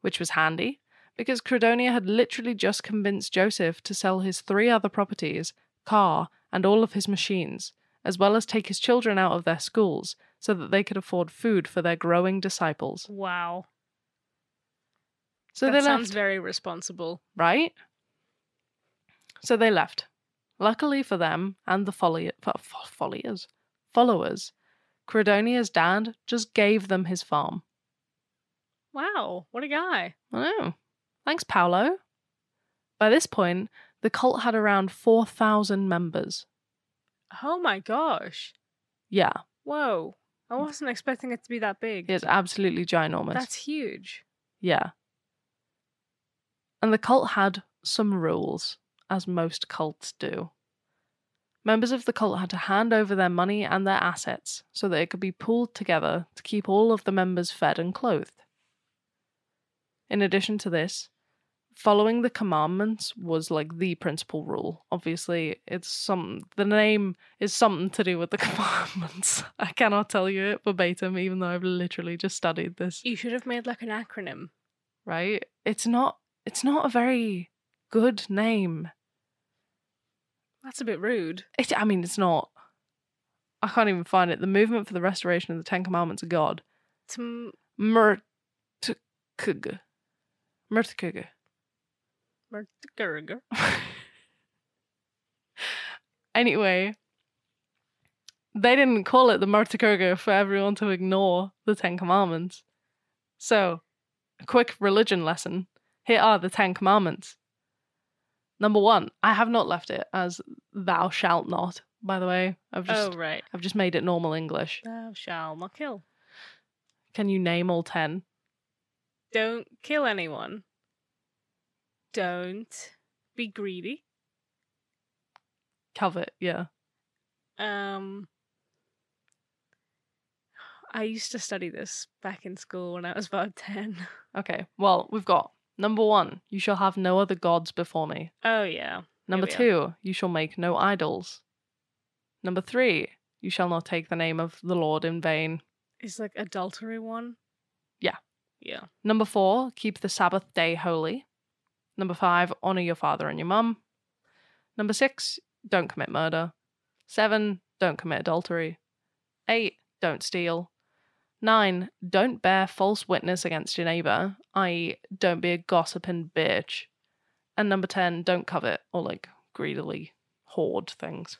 [SPEAKER 2] which was handy because Credonia had literally just convinced Joseph to sell his three other properties, car, and all of his machines, as well as take his children out of their schools so that they could afford food for their growing disciples.
[SPEAKER 3] Wow,
[SPEAKER 2] So
[SPEAKER 3] that
[SPEAKER 2] they
[SPEAKER 3] sounds
[SPEAKER 2] left,
[SPEAKER 3] very responsible.
[SPEAKER 2] right? So they left. Luckily for them and the folly- fo- fo- folliers, followers, Credonia's dad just gave them his farm.
[SPEAKER 3] Wow, what a guy!
[SPEAKER 2] Oh, thanks, Paolo. By this point, the cult had around 4,000 members.
[SPEAKER 3] Oh my gosh!
[SPEAKER 2] Yeah,
[SPEAKER 3] Whoa, I
[SPEAKER 2] Mm.
[SPEAKER 3] wasn't expecting it to be that big.
[SPEAKER 2] it's absolutely ginormous.
[SPEAKER 3] That's huge.
[SPEAKER 2] Yeah. And the cult had some rules, as most cults do. Members of the cult had to hand over their money and their assets so that it could be pooled together to keep all of the members fed and clothed. In addition to this, following the commandments was like the principal rule. Obviously, it's some the name is something to do with the commandments. I cannot tell you it verbatim, even though I've literally just studied this
[SPEAKER 3] You should have made like an acronym.
[SPEAKER 2] right? It's not it's not a very good name.
[SPEAKER 3] That's a bit rude.
[SPEAKER 2] It, I mean, it's not. I can't even find it. The movement for the restoration of the Ten Commandments of God,
[SPEAKER 3] Tum-
[SPEAKER 2] Murtukug, Murtukug.
[SPEAKER 3] Mertgerger.
[SPEAKER 2] anyway, they didn't call it the Murtukug for everyone to ignore the Ten Commandments. So, a quick religion lesson. Here are the Ten Commandments. Number one, I have not left it as "Thou shalt not." By the way, I've just
[SPEAKER 3] Oh right.
[SPEAKER 2] I've just made it normal English.
[SPEAKER 3] Thou shall not kill.
[SPEAKER 2] Can you name all ten?
[SPEAKER 3] Don't kill anyone. Don't be greedy.
[SPEAKER 2] Covet, yeah.
[SPEAKER 3] Um, I used to study this back in school when I was about ten.
[SPEAKER 2] Okay. Well, we've got number one. You shall have no other gods before me.
[SPEAKER 3] Oh yeah.
[SPEAKER 2] Number
[SPEAKER 3] we are.
[SPEAKER 2] two, you shall make no idols. Number three, you shall not take the name of the Lord in vain.
[SPEAKER 3] It's like adultery one.
[SPEAKER 2] Yeah.
[SPEAKER 3] Yeah.
[SPEAKER 2] Number four, keep the Sabbath day holy. Number five, honor your father and your mum. Number six, don't commit murder. Seven, don't commit adultery. Eight, don't steal. Nine, don't bear false witness against your neighbor, i.e., don't be a gossiping bitch. And number 10, don't covet or like greedily hoard things.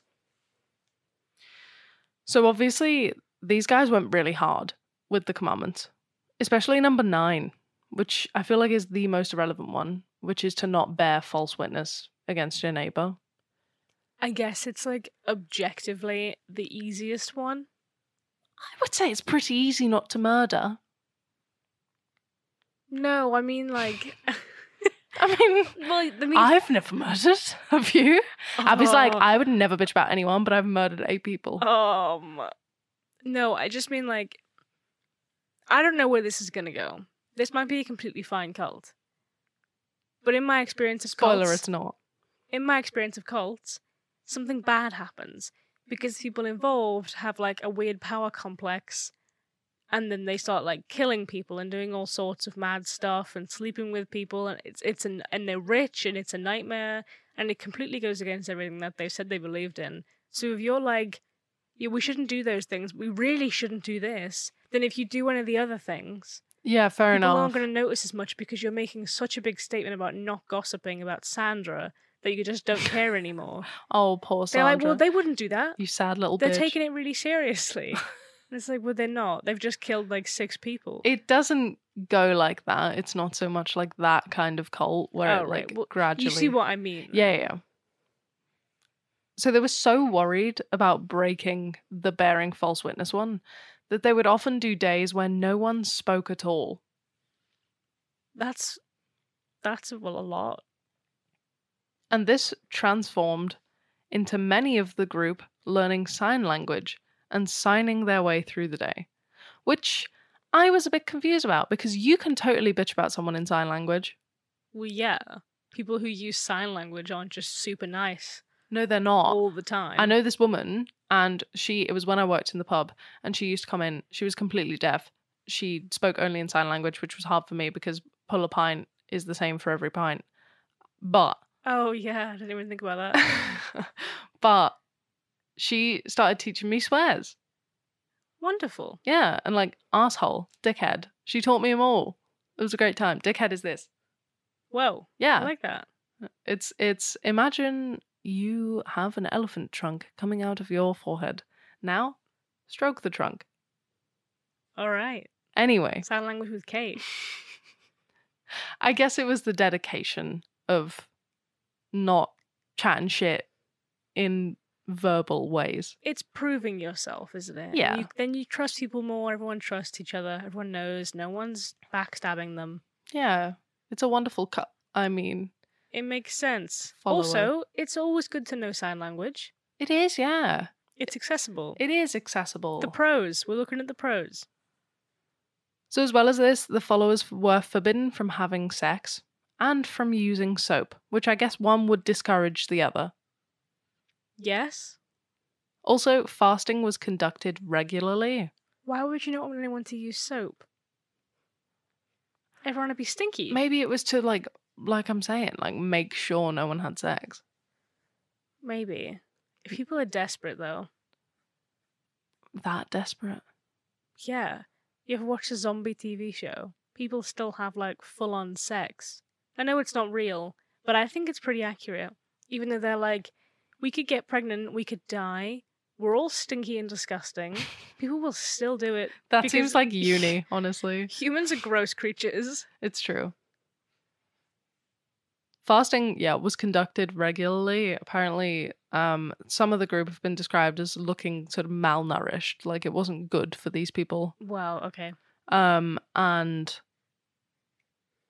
[SPEAKER 2] So obviously, these guys went really hard with the commandments, especially number nine, which I feel like is the most irrelevant one, which is to not bear false witness against your neighbor.
[SPEAKER 3] I guess it's like objectively the easiest one.
[SPEAKER 2] I would say it's pretty easy not to murder.
[SPEAKER 3] No, I mean like.
[SPEAKER 2] I mean,
[SPEAKER 3] well, I mean, Oh.
[SPEAKER 2] I've never murdered. Have you? I was like, I would never bitch about anyone, but I've murdered eight people.
[SPEAKER 3] Um, no, I just mean like, I don't know where this is gonna go. This might be a completely fine cult, but in my experience of
[SPEAKER 2] Spoiler,
[SPEAKER 3] cults,
[SPEAKER 2] it's not.
[SPEAKER 3] in my experience of cults, something bad happens because people involved have like a weird power complex and then they start like killing people and doing all sorts of mad stuff and sleeping with people and it's it's an and they're rich and it's a nightmare and it completely goes against everything that they said they believed in. So if you're like, yeah, we shouldn't do those things, we really shouldn't do this, then if you do one of the other things,
[SPEAKER 2] Yeah, fair
[SPEAKER 3] people
[SPEAKER 2] enough.
[SPEAKER 3] aren't going to notice as much because you're making such a big statement about not gossiping about Sandra that you just don't care anymore.
[SPEAKER 2] Oh, poor
[SPEAKER 3] They're
[SPEAKER 2] Sandra.
[SPEAKER 3] like, well, they wouldn't do that.
[SPEAKER 2] you sad little
[SPEAKER 3] They're
[SPEAKER 2] bitch.
[SPEAKER 3] taking it really seriously. and it's like, well, they're not. They've just killed like six people.
[SPEAKER 2] it doesn't go like that. It's not so much like that kind of cult where
[SPEAKER 3] Oh,
[SPEAKER 2] it
[SPEAKER 3] right.
[SPEAKER 2] like
[SPEAKER 3] Well,
[SPEAKER 2] gradually.
[SPEAKER 3] you see what I mean?
[SPEAKER 2] Yeah, yeah, yeah. So they were so worried about breaking the bearing false witness one that they would often do days where no one spoke at all.
[SPEAKER 3] That's that's well a lot.
[SPEAKER 2] And this transformed into many of the group learning sign language and signing their way through the day, which I was a bit confused about because you can totally bitch about someone in sign language.
[SPEAKER 3] Well, yeah. People who use sign language aren't just super nice
[SPEAKER 2] No, they're not.
[SPEAKER 3] all the time.
[SPEAKER 2] I know this woman, and she. It was when I worked in the pub, and she used to come in. She was completely deaf. She spoke only in sign language, which was hard for me because pull a pint is the same for every pint. But,
[SPEAKER 3] Oh yeah, I didn't even think about that.
[SPEAKER 2] but she started teaching me swears.
[SPEAKER 3] Wonderful.
[SPEAKER 2] Yeah, and like asshole, dickhead. She taught me them all. It was a great time. Dickhead is this.
[SPEAKER 3] Whoa. I
[SPEAKER 2] Yeah,
[SPEAKER 3] like that.
[SPEAKER 2] it's it's. Imagine you have an elephant trunk coming out of your forehead. Now, stroke the trunk.
[SPEAKER 3] All right.
[SPEAKER 2] Anyway,
[SPEAKER 3] Sign language with Kate.
[SPEAKER 2] I guess it was the dedication of not chatting shit in verbal ways.
[SPEAKER 3] It's proving yourself, isn't it? And
[SPEAKER 2] Yeah.
[SPEAKER 3] you- then you trust people more. Everyone trusts each other. Everyone knows. No one's backstabbing them.
[SPEAKER 2] Yeah. It's a wonderful cut. I mean,
[SPEAKER 3] It makes sense.
[SPEAKER 2] Follow
[SPEAKER 3] Also, it's always good to know sign language.
[SPEAKER 2] it is, yeah.
[SPEAKER 3] It's accessible.
[SPEAKER 2] It is accessible.
[SPEAKER 3] the pros. We're looking at the pros.
[SPEAKER 2] so, as well as this, the followers were forbidden from having sex and from using soap, which I guess one would discourage the other.
[SPEAKER 3] Yes.
[SPEAKER 2] Also, fasting was conducted regularly.
[SPEAKER 3] Why would you not want anyone to use soap? Everyone would be stinky.
[SPEAKER 2] Maybe it was to, like, like I'm saying, like make sure no one had sex.
[SPEAKER 3] Maybe. If people are desperate, though,
[SPEAKER 2] That desperate.
[SPEAKER 3] yeah. You ever watched a zombie TV show? People still have like full on sex. I know it's not real, but I think it's pretty accurate. Even though they're like, we could get pregnant, we could die, we're all stinky and disgusting. People will still do it.
[SPEAKER 2] That
[SPEAKER 3] Because-
[SPEAKER 2] seems like uni, honestly.
[SPEAKER 3] Humans are gross creatures.
[SPEAKER 2] It's true. Fasting, yeah, was conducted regularly. Apparently, um, some of the group have been described as looking sort of malnourished, like it wasn't good for these people.
[SPEAKER 3] Wow, okay.
[SPEAKER 2] Um, and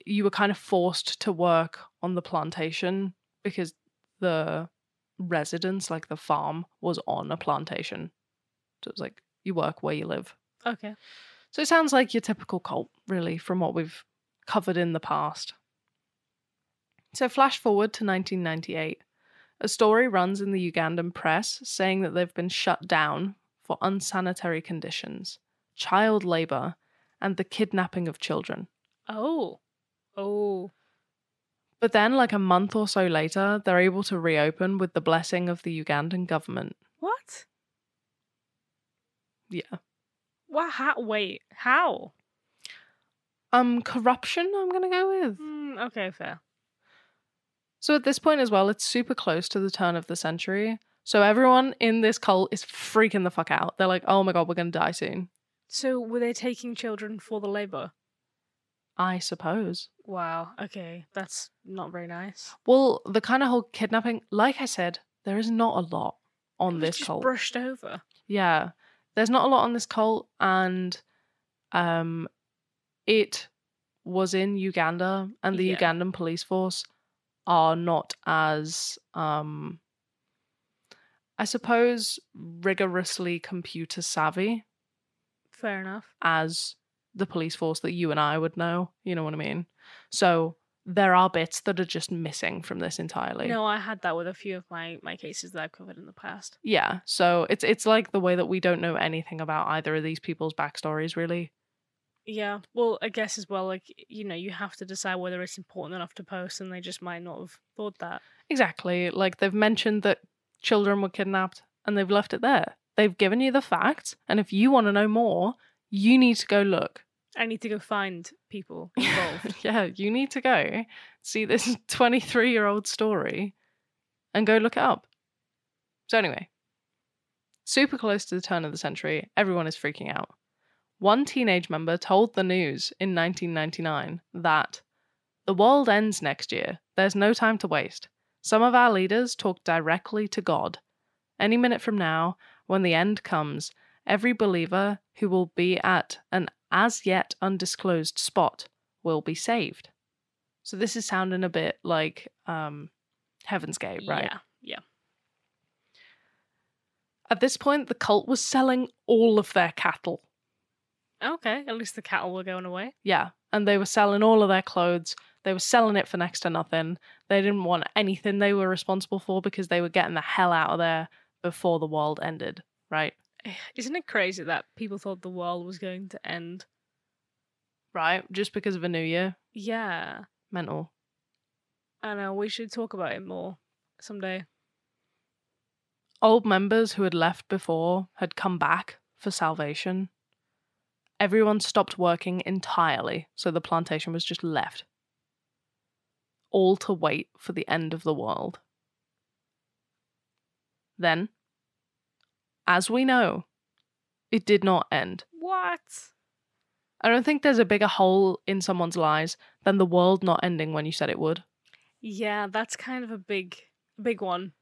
[SPEAKER 2] you were kind of forced to work on the plantation because the residence, like the farm, was on a plantation. So it was like you work where you live.
[SPEAKER 3] Okay.
[SPEAKER 2] So it sounds like your typical cult, really, from what we've covered in the past. So, flash forward to 1998. A story runs in the Ugandan press saying that they've been shut down for unsanitary conditions, child labour, and the kidnapping of children.
[SPEAKER 3] Oh. Oh.
[SPEAKER 2] But then, like a month or so later, they're able to reopen with the blessing of the Ugandan government.
[SPEAKER 3] What?
[SPEAKER 2] Yeah.
[SPEAKER 3] What? How? Wait. How?
[SPEAKER 2] Um, corruption, I'm going to go with.
[SPEAKER 3] Mm, okay, fair.
[SPEAKER 2] So at this point as well, it's super close to the turn of the century. So everyone in this cult is freaking the fuck out. They're like, oh my god, we're gonna die soon.
[SPEAKER 3] So were they taking children for the labor?
[SPEAKER 2] I suppose.
[SPEAKER 3] Wow. Okay, that's not very nice.
[SPEAKER 2] Well, the kind of whole kidnapping, like I said, there is not a lot on
[SPEAKER 3] It was
[SPEAKER 2] this
[SPEAKER 3] just
[SPEAKER 2] cult.
[SPEAKER 3] brushed over.
[SPEAKER 2] yeah. There's not a lot on this cult, and um it was in Uganda, and the
[SPEAKER 3] Yeah.
[SPEAKER 2] Ugandan police force are not as um I suppose rigorously computer savvy.
[SPEAKER 3] Fair enough.
[SPEAKER 2] as the police force that you and I would know. You know what I mean? So there are bits that are just missing from this entirely.
[SPEAKER 3] No, I had that with a few of my my cases that I've covered in the past.
[SPEAKER 2] Yeah, so it's it's like the way that we don't know anything about either of these people's backstories, really.
[SPEAKER 3] Yeah. Well, I guess as well, like you know, you have to decide whether it's important enough to post, and they just might not have thought that.
[SPEAKER 2] Exactly. Like they've mentioned that children were kidnapped and they've left it there. They've given you the facts, and if you want to know more, you need to go look.
[SPEAKER 3] I need to go find people involved.
[SPEAKER 2] yeah, you need to go see this 23 year old story and go look it up. So, anyway, super close to the turn of the century, everyone is freaking out. One teenage member told the news in 1999 that the world ends next year. There's no time to waste. Some of our leaders talk directly to God. Any minute from now, when the end comes, every believer who will be at an as yet undisclosed spot will be saved. So this is sounding a bit like um, Heaven's Gate, right?
[SPEAKER 3] Yeah. Yeah.
[SPEAKER 2] At this point, the cult was selling all of their cattle.
[SPEAKER 3] Okay, at least the cattle were going away.
[SPEAKER 2] Yeah. And they were selling all of their clothes. They were selling it for next to nothing. They didn't want anything they were responsible for because they were getting the hell out of there before the world ended, right?
[SPEAKER 3] Isn't it crazy that people thought the world was going to end?
[SPEAKER 2] Right? Just because of a new year.
[SPEAKER 3] Yeah.
[SPEAKER 2] Mental.
[SPEAKER 3] I know, we should talk about it more someday.
[SPEAKER 2] Old members who had left before had come back for salvation. Everyone stopped working entirely, so the plantation was just left. All to wait for the end of the world. Then, as we know, it did not end.
[SPEAKER 3] What?
[SPEAKER 2] I don't think there's a bigger hole in someone's lives than the world not ending when you said it would.
[SPEAKER 3] Yeah, that's kind of a big big one.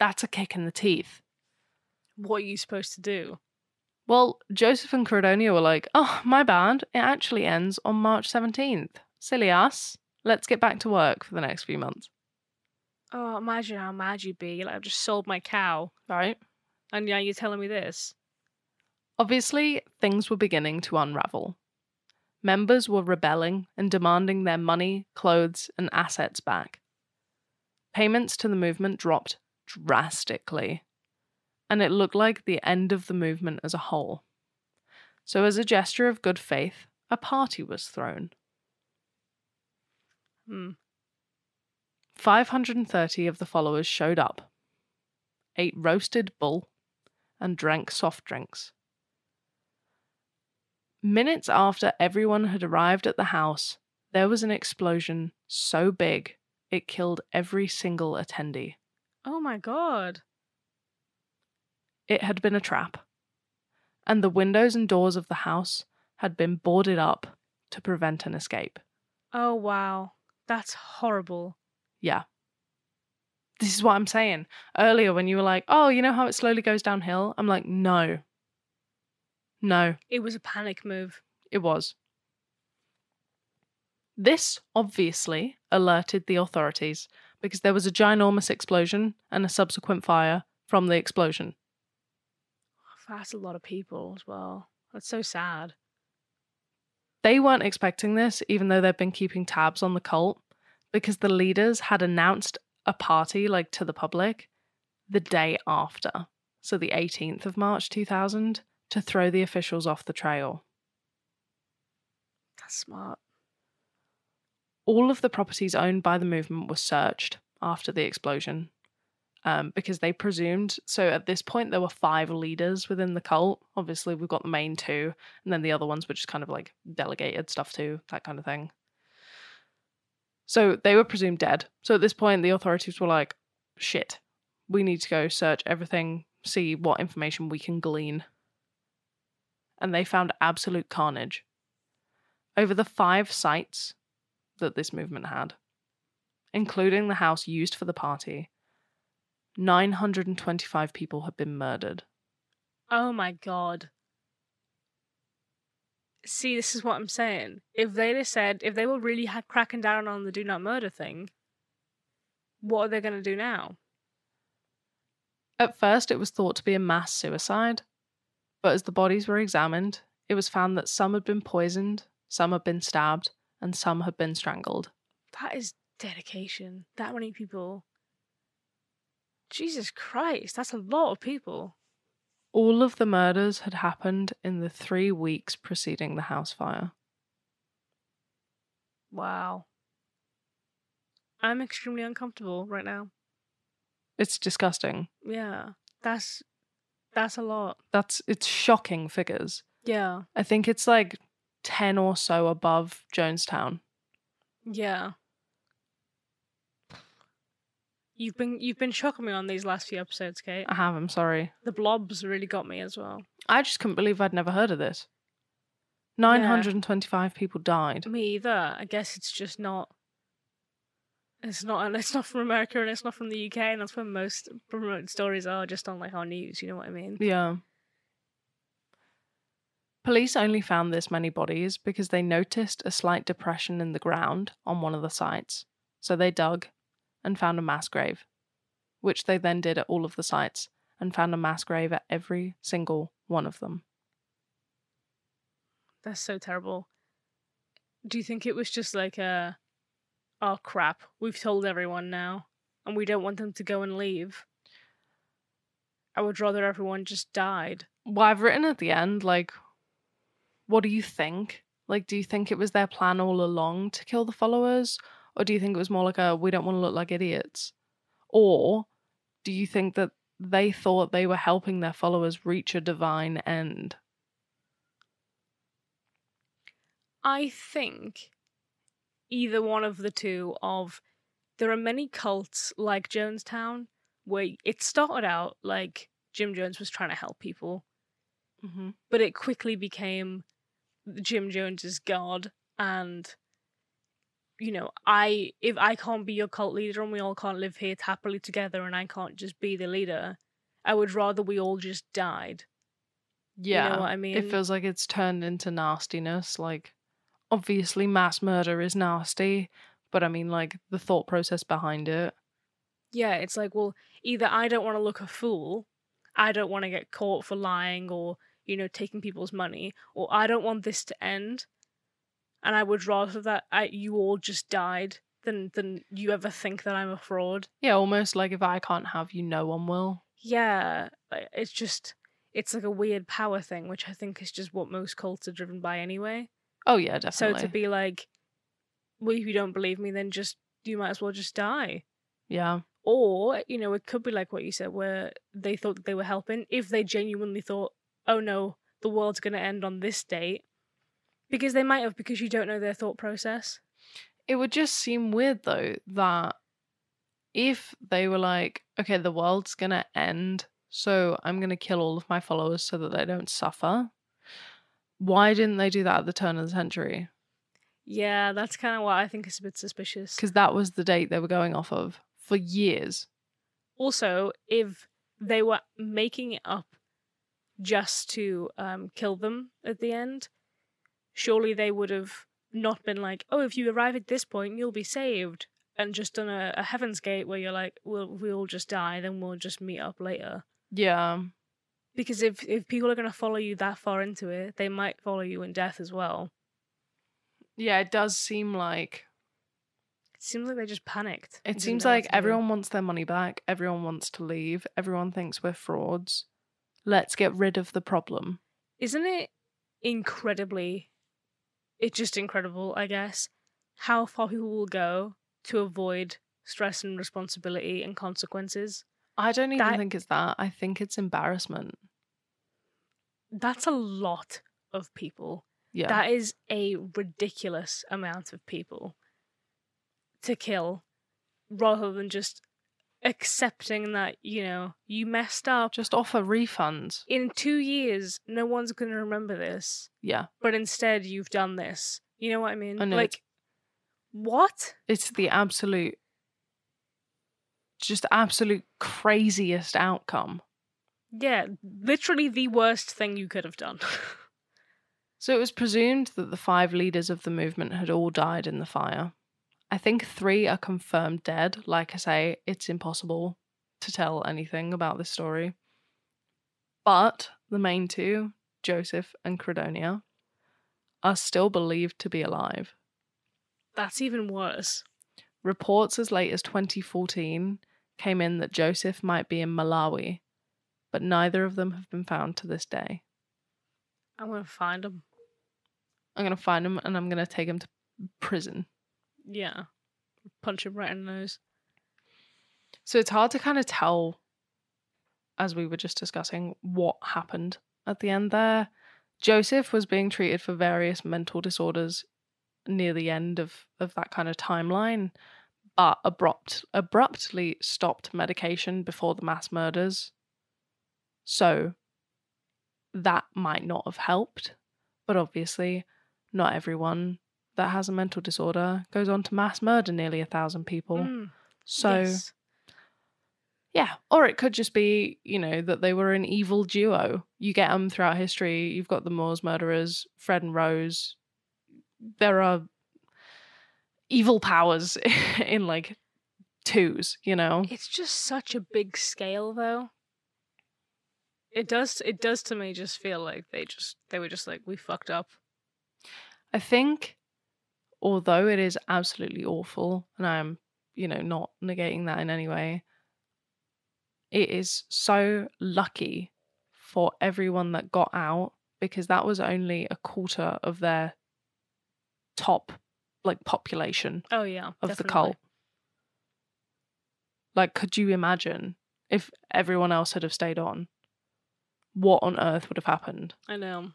[SPEAKER 2] That's a kick in the teeth.
[SPEAKER 3] What are you supposed to do?
[SPEAKER 2] Well, Joseph and Credonia were like, oh, my bad. It actually ends on March 17th. Silly us. Let's get back to work for the next few months.
[SPEAKER 3] Oh, imagine how mad you'd be. Like I've just sold my cow
[SPEAKER 2] Right?
[SPEAKER 3] and now you're telling me this.
[SPEAKER 2] Obviously, things were beginning to unravel. Members were rebelling and demanding their money, clothes, and assets back. Payments to the movement dropped drastically, and it looked like the end of the movement as a whole. So, as a gesture of good faith, a party was thrown.
[SPEAKER 3] Hmm.
[SPEAKER 2] 530 of the followers showed up, ate roasted bull, and drank soft drinks. Minutes after everyone had arrived at the house, there was an explosion so big it killed every single attendee.
[SPEAKER 3] Oh my god.
[SPEAKER 2] It had been a trap, and the windows and doors of the house had been boarded up to prevent an escape.
[SPEAKER 3] Oh wow. That's horrible.
[SPEAKER 2] Yeah. This is what I'm saying. Earlier, when you were like, oh, you know how it slowly goes downhill? I'm like, no. No,
[SPEAKER 3] It was a panic move.
[SPEAKER 2] it was. This obviously alerted the authorities because there was a ginormous explosion and a subsequent fire from the explosion.
[SPEAKER 3] That's a lot of people as well. That's so sad.
[SPEAKER 2] They weren't expecting this, even though they've been keeping tabs on the cult, because the leaders had announced a party, like to the public, the day after. So the 18th of March 2000, to throw the officials off the trail.
[SPEAKER 3] That's smart.
[SPEAKER 2] all of the properties owned by the movement were searched after the explosion um, because they presumed. So at this point, there were five leaders within the cult. Obviously, we've got the main two, and then the other ones were just kind of like delegated stuff to, that kind of thing. So they were presumed dead. So at this point, the authorities were like, shit, we need to go search everything, see what information we can glean. And they found absolute carnage. Over the five sites that this movement had, including the house used for the party, 925 people had been murdered.
[SPEAKER 3] Oh my god. See, this is what I'm saying. If they'd have said, if they were really ha- cracking down on the do not murder thing, what are they going to do now?
[SPEAKER 2] At first, it was thought to be a mass suicide, but as the bodies were examined, it was found that some had been poisoned, some had been stabbed, and some had been strangled.
[SPEAKER 3] That is dedication. That many people. Jesus Christ, that's a lot of people.
[SPEAKER 2] All of the murders had happened in the three weeks preceding the house fire.
[SPEAKER 3] Wow. I'm extremely uncomfortable right now.
[SPEAKER 2] It's disgusting.
[SPEAKER 3] Yeah. That's that's a lot.
[SPEAKER 2] That's it's shocking figures.
[SPEAKER 3] Yeah.
[SPEAKER 2] I think it's like 10 or so above Jonestown.
[SPEAKER 3] Yeah. You've been you've been shocking me on these last few episodes, Kate.
[SPEAKER 2] I have, I'm sorry.
[SPEAKER 3] The blobs really got me as well.
[SPEAKER 2] I just couldn't believe I'd never heard of this. 925 people died.
[SPEAKER 3] Me either. I guess it's just not. It's not. and It's not from America, and it's not from the UK, and that's where most promoted stories are, just on like our news. You know what I mean?
[SPEAKER 2] Yeah. Police only found this many bodies because they noticed a slight depression in the ground on one of the sites. So they dug and found a mass grave, which they then did at all of the sites and found a mass grave at every single one of them.
[SPEAKER 3] That's so terrible. Do you think it was just like a, oh crap, we've told everyone now, and we don't want them to go and leave? I would rather everyone just died.
[SPEAKER 2] Well, I've written at the end, like, what do you think? Like, do you think it was their plan all along to kill the followers? Or do you think it was more like a, we don't want to look like idiots? Or do you think that they thought they were helping their followers reach a divine end?
[SPEAKER 3] I think either one of the two of there are many cults like Jonestown where it started out like Jim Jones was trying to help people,
[SPEAKER 2] Mm-hmm.
[SPEAKER 3] but it quickly became Jim Jones is God and you know, I if I can't be your cult leader and we all can't live here happily together and I can't just be the leader, I would rather we all just died.
[SPEAKER 2] Yeah.
[SPEAKER 3] You know what I mean?
[SPEAKER 2] It feels like it's turned into nastiness. Like, obviously, mass murder is nasty, but I mean, like, the thought process behind it.
[SPEAKER 3] Yeah, it's like, well, either I don't want to look a fool, I don't want to get caught for lying or, you know, taking people's money, or I don't want this to end. And I would rather that I, you all just died than than you ever think that I'm a fraud.
[SPEAKER 2] Yeah, almost like if I can't have you, no one will.
[SPEAKER 3] Yeah, like, it's just it's like a weird power thing, which I think is just what most cults are driven by anyway.
[SPEAKER 2] Oh, yeah,
[SPEAKER 3] So
[SPEAKER 2] definitely.
[SPEAKER 3] to be like, well, if you don't believe me, then just you might as well just die.
[SPEAKER 2] yeah.
[SPEAKER 3] Or, you know, it could be like what you said, where they thought that they were helping if they genuinely thought, oh no, the world's going to end on this date. Because they might have, because you don't know their thought process.
[SPEAKER 2] It would just seem weird though that if they were like, okay, the world's gonna end, so I'm gonna kill all of my followers so that they don't suffer. Why didn't they do that at the turn of the century?
[SPEAKER 3] Yeah, that's kind of what I think is a bit suspicious.
[SPEAKER 2] Because that was the date they were going off of for years.
[SPEAKER 3] Also, if they were making it up just to um, kill them at the end, surely they would have not been like, oh, if you arrive at this point, you'll be saved. And just done a, a Heaven's Gate where you're like, we'll, we'll just die, then we'll just meet up later.
[SPEAKER 2] Yeah.
[SPEAKER 3] because if if people are going to follow you that far into it they might follow you in death as well
[SPEAKER 2] Yeah, it does seem like
[SPEAKER 3] it seems like they just panicked and
[SPEAKER 2] it
[SPEAKER 3] didn't
[SPEAKER 2] seems
[SPEAKER 3] know what
[SPEAKER 2] like
[SPEAKER 3] to do.
[SPEAKER 2] everyone wants their money back, everyone wants to leave, everyone thinks we're frauds. Let's get rid of the problem.
[SPEAKER 3] isn't it incredibly it's just incredible i guess how far people will go to avoid stress and responsibility and consequences
[SPEAKER 2] I don't even
[SPEAKER 3] That-
[SPEAKER 2] think it's that. I think it's embarrassment.
[SPEAKER 3] that's a lot of people
[SPEAKER 2] Yeah.
[SPEAKER 3] That is a ridiculous amount of people to kill rather than just accepting that, you know, you messed up.
[SPEAKER 2] just offer refunds.
[SPEAKER 3] In two years, no one's going to remember this,
[SPEAKER 2] Yeah.
[SPEAKER 3] but instead you've done this. You know what I mean?
[SPEAKER 2] I know, it's-
[SPEAKER 3] like, what?
[SPEAKER 2] It's the absolute, just absolute craziest outcome.
[SPEAKER 3] Yeah, literally the worst thing you could have done.
[SPEAKER 2] So it was presumed that the five leaders of the movement had all died in the fire. I think three are confirmed dead. Like I say, it's impossible to tell anything about this story. But the main two, Joseph and Credonia, are still believed to be alive.
[SPEAKER 3] That's even worse.
[SPEAKER 2] Reports as late as 2014 came in that Joseph might be in Malawi, but neither of them have been found to this day.
[SPEAKER 3] I'm gonna find him.
[SPEAKER 2] I'm going to find him and I'm going to take him to prison.
[SPEAKER 3] Yeah, punch him right in the nose.
[SPEAKER 2] So it's hard to kind of tell, as we were just discussing, what happened at the end there. Joseph was being treated for various mental disorders near the end of, of that kind of timeline, but abrupt abruptly stopped medication before the mass murders. So that might not have helped, but obviously not everyone that has a mental disorder goes on to mass murder nearly a thousand people.
[SPEAKER 3] Mm,
[SPEAKER 2] so
[SPEAKER 3] yes.
[SPEAKER 2] yeah. Or it could just be, you know, that they were an evil duo. You get them throughout history. You've got the Moors murderers, Fred and Rose. There are evil powers in like twos, you know?
[SPEAKER 3] it's just such a big scale, though. It does. It does to me just feel like they just they were just like we fucked up.
[SPEAKER 2] I think, although it is absolutely awful, and I'm, you know, not negating that in any way, it is so lucky for everyone that got out because that was only a quarter of their top, like, population
[SPEAKER 3] Oh yeah,
[SPEAKER 2] of the
[SPEAKER 3] definitely.
[SPEAKER 2] cult. Like, could you imagine if everyone else had have stayed on? What on earth would have happened?
[SPEAKER 3] I know.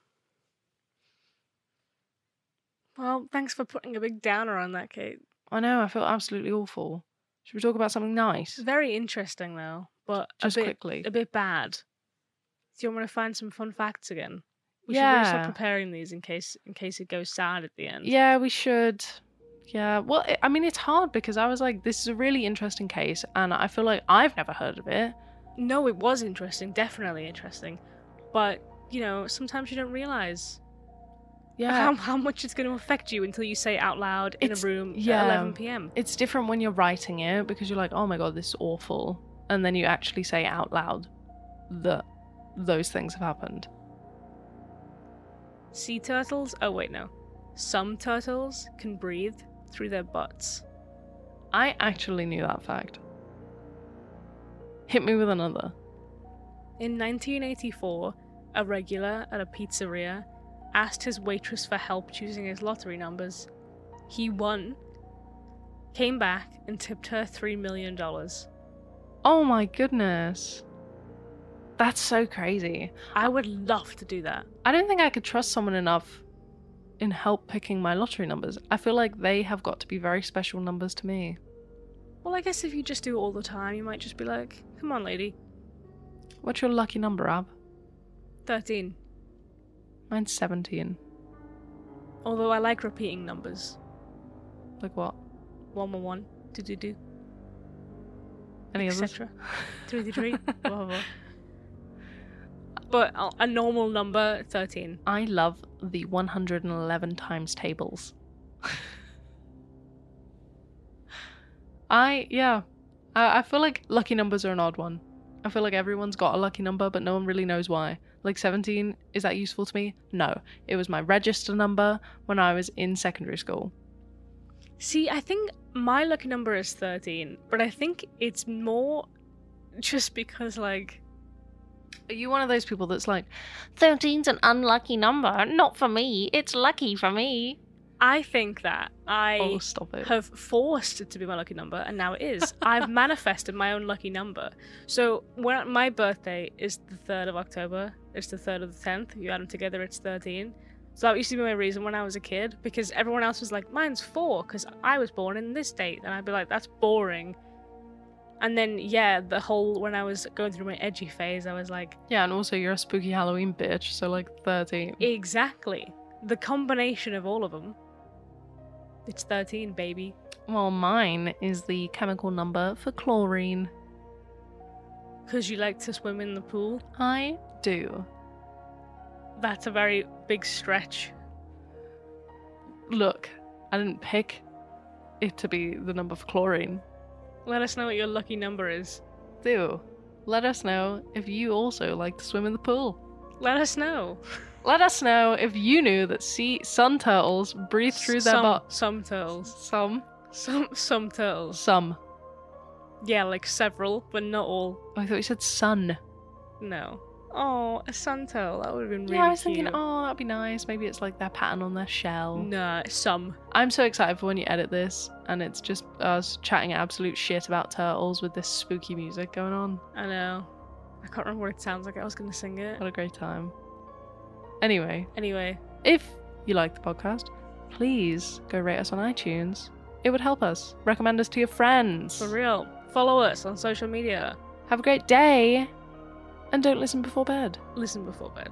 [SPEAKER 3] Well, thanks for putting a big downer on that, Kate.
[SPEAKER 2] I know, I feel absolutely awful. Should we talk about something nice?
[SPEAKER 3] Very interesting though, but
[SPEAKER 2] just
[SPEAKER 3] a bit
[SPEAKER 2] quickly.
[SPEAKER 3] a bit bad. Do you want me to find some fun facts again? We should really
[SPEAKER 2] Yeah.
[SPEAKER 3] start preparing these in case in case it goes sad at the end.
[SPEAKER 2] Yeah, we should. Yeah. Well, it, I mean, it's hard because I was like, this is a really interesting case, and I feel like I've never heard of it.
[SPEAKER 3] No, it was interesting, definitely interesting, but you know sometimes you don't realize how, how much it's going to affect you until you say it out loud in
[SPEAKER 2] It's-
[SPEAKER 3] a room
[SPEAKER 2] yeah.
[SPEAKER 3] at 11 p.m.
[SPEAKER 2] It's different when you're writing it because you're like, oh my god, this is awful, and then you actually say out loud that those things have happened.
[SPEAKER 3] Sea turtles. Oh wait, no. Some turtles can breathe through their butts.
[SPEAKER 2] I actually knew that fact. Hit me with another.
[SPEAKER 3] In 1984, a regular at a pizzeria asked his waitress for help choosing his lottery numbers. He won, came back, and tipped her $3 million. I
[SPEAKER 2] Oh my goodness. That's so crazy.
[SPEAKER 3] would love to do that.
[SPEAKER 2] I don't think I could trust someone enough in help picking my lottery numbers. I feel like they have got to be very special numbers to me.
[SPEAKER 3] Well, I guess if you just do it all the time, you might just be like, come on, lady,
[SPEAKER 2] What's your lucky number, Ab?
[SPEAKER 3] 13.
[SPEAKER 2] Mine's 17.
[SPEAKER 3] Although I like repeating numbers.
[SPEAKER 2] Like what?
[SPEAKER 3] 111, do do do,
[SPEAKER 2] Any others?
[SPEAKER 3] etc. 333, blah blah blah. But a- a normal number, 13.
[SPEAKER 2] I love the 111 times tables. I, yeah. I, I feel like lucky numbers are an odd one. I feel like everyone's got a lucky number, but no one really knows why. Like 17, is that useful to me? No. It was my register number when I was in secondary school.
[SPEAKER 3] See, I think my lucky number is 13, but I think it's more just because, like,
[SPEAKER 2] Are you one of those people that's like,
[SPEAKER 4] 13's an unlucky number. Not for me. It's lucky for me.
[SPEAKER 3] I think that I
[SPEAKER 2] oh, stop it?
[SPEAKER 3] have forced it to be my lucky number, and now it is. I've manifested my own lucky number. So, when my birthday is the 3rd of October, it's the 3rd of the 10th. You add them together, it's 13. So, that used to be my reason when I was a kid, because everyone else was like, mine's 4, because I was born in this date. And I'd be like, that's boring. And then, yeah, the whole when I was going through my edgy phase, I was like,
[SPEAKER 2] Yeah, and also you're a spooky Halloween bitch, so like 13.
[SPEAKER 3] Exactly. The combination of all of them. It's 13, baby.
[SPEAKER 2] Well, mine is the chemical number for chlorine.
[SPEAKER 3] Because you like to swim in the pool.
[SPEAKER 2] I do.
[SPEAKER 3] That's a very big stretch.
[SPEAKER 2] Look, I didn't pick it to be the number for chlorine.
[SPEAKER 3] Let us know what your lucky number is.
[SPEAKER 2] Do. Let us know if you also like to swim in the pool.
[SPEAKER 3] Let us know.
[SPEAKER 2] Let us know if you knew that sea sun turtles breathe through their
[SPEAKER 3] some,
[SPEAKER 2] butts.
[SPEAKER 3] Some turtles.
[SPEAKER 2] Some.
[SPEAKER 3] Some some turtles.
[SPEAKER 2] Some.
[SPEAKER 3] Yeah, like several, but not all.
[SPEAKER 2] Oh, I thought you said sun.
[SPEAKER 3] No. Oh, a sun turtle. That would have been really
[SPEAKER 2] yeah, I was thinking,
[SPEAKER 3] cute.
[SPEAKER 2] oh, that'd be nice. Maybe it's like their pattern on their shell.
[SPEAKER 3] Nah, some.
[SPEAKER 2] I'm so excited for when you edit this and it's just us chatting absolute shit about turtles with this spooky music going on.
[SPEAKER 3] I know. I can't remember what it sounds like. I was gonna sing it.
[SPEAKER 2] What a great time. Anyway,
[SPEAKER 3] Anyway,
[SPEAKER 2] if you like the podcast, please go rate us on iTunes. It would help us. Recommend us to your friends.
[SPEAKER 3] for real, follow us on social media.
[SPEAKER 2] Have a great day and don't listen before bed.
[SPEAKER 3] Listen before bed.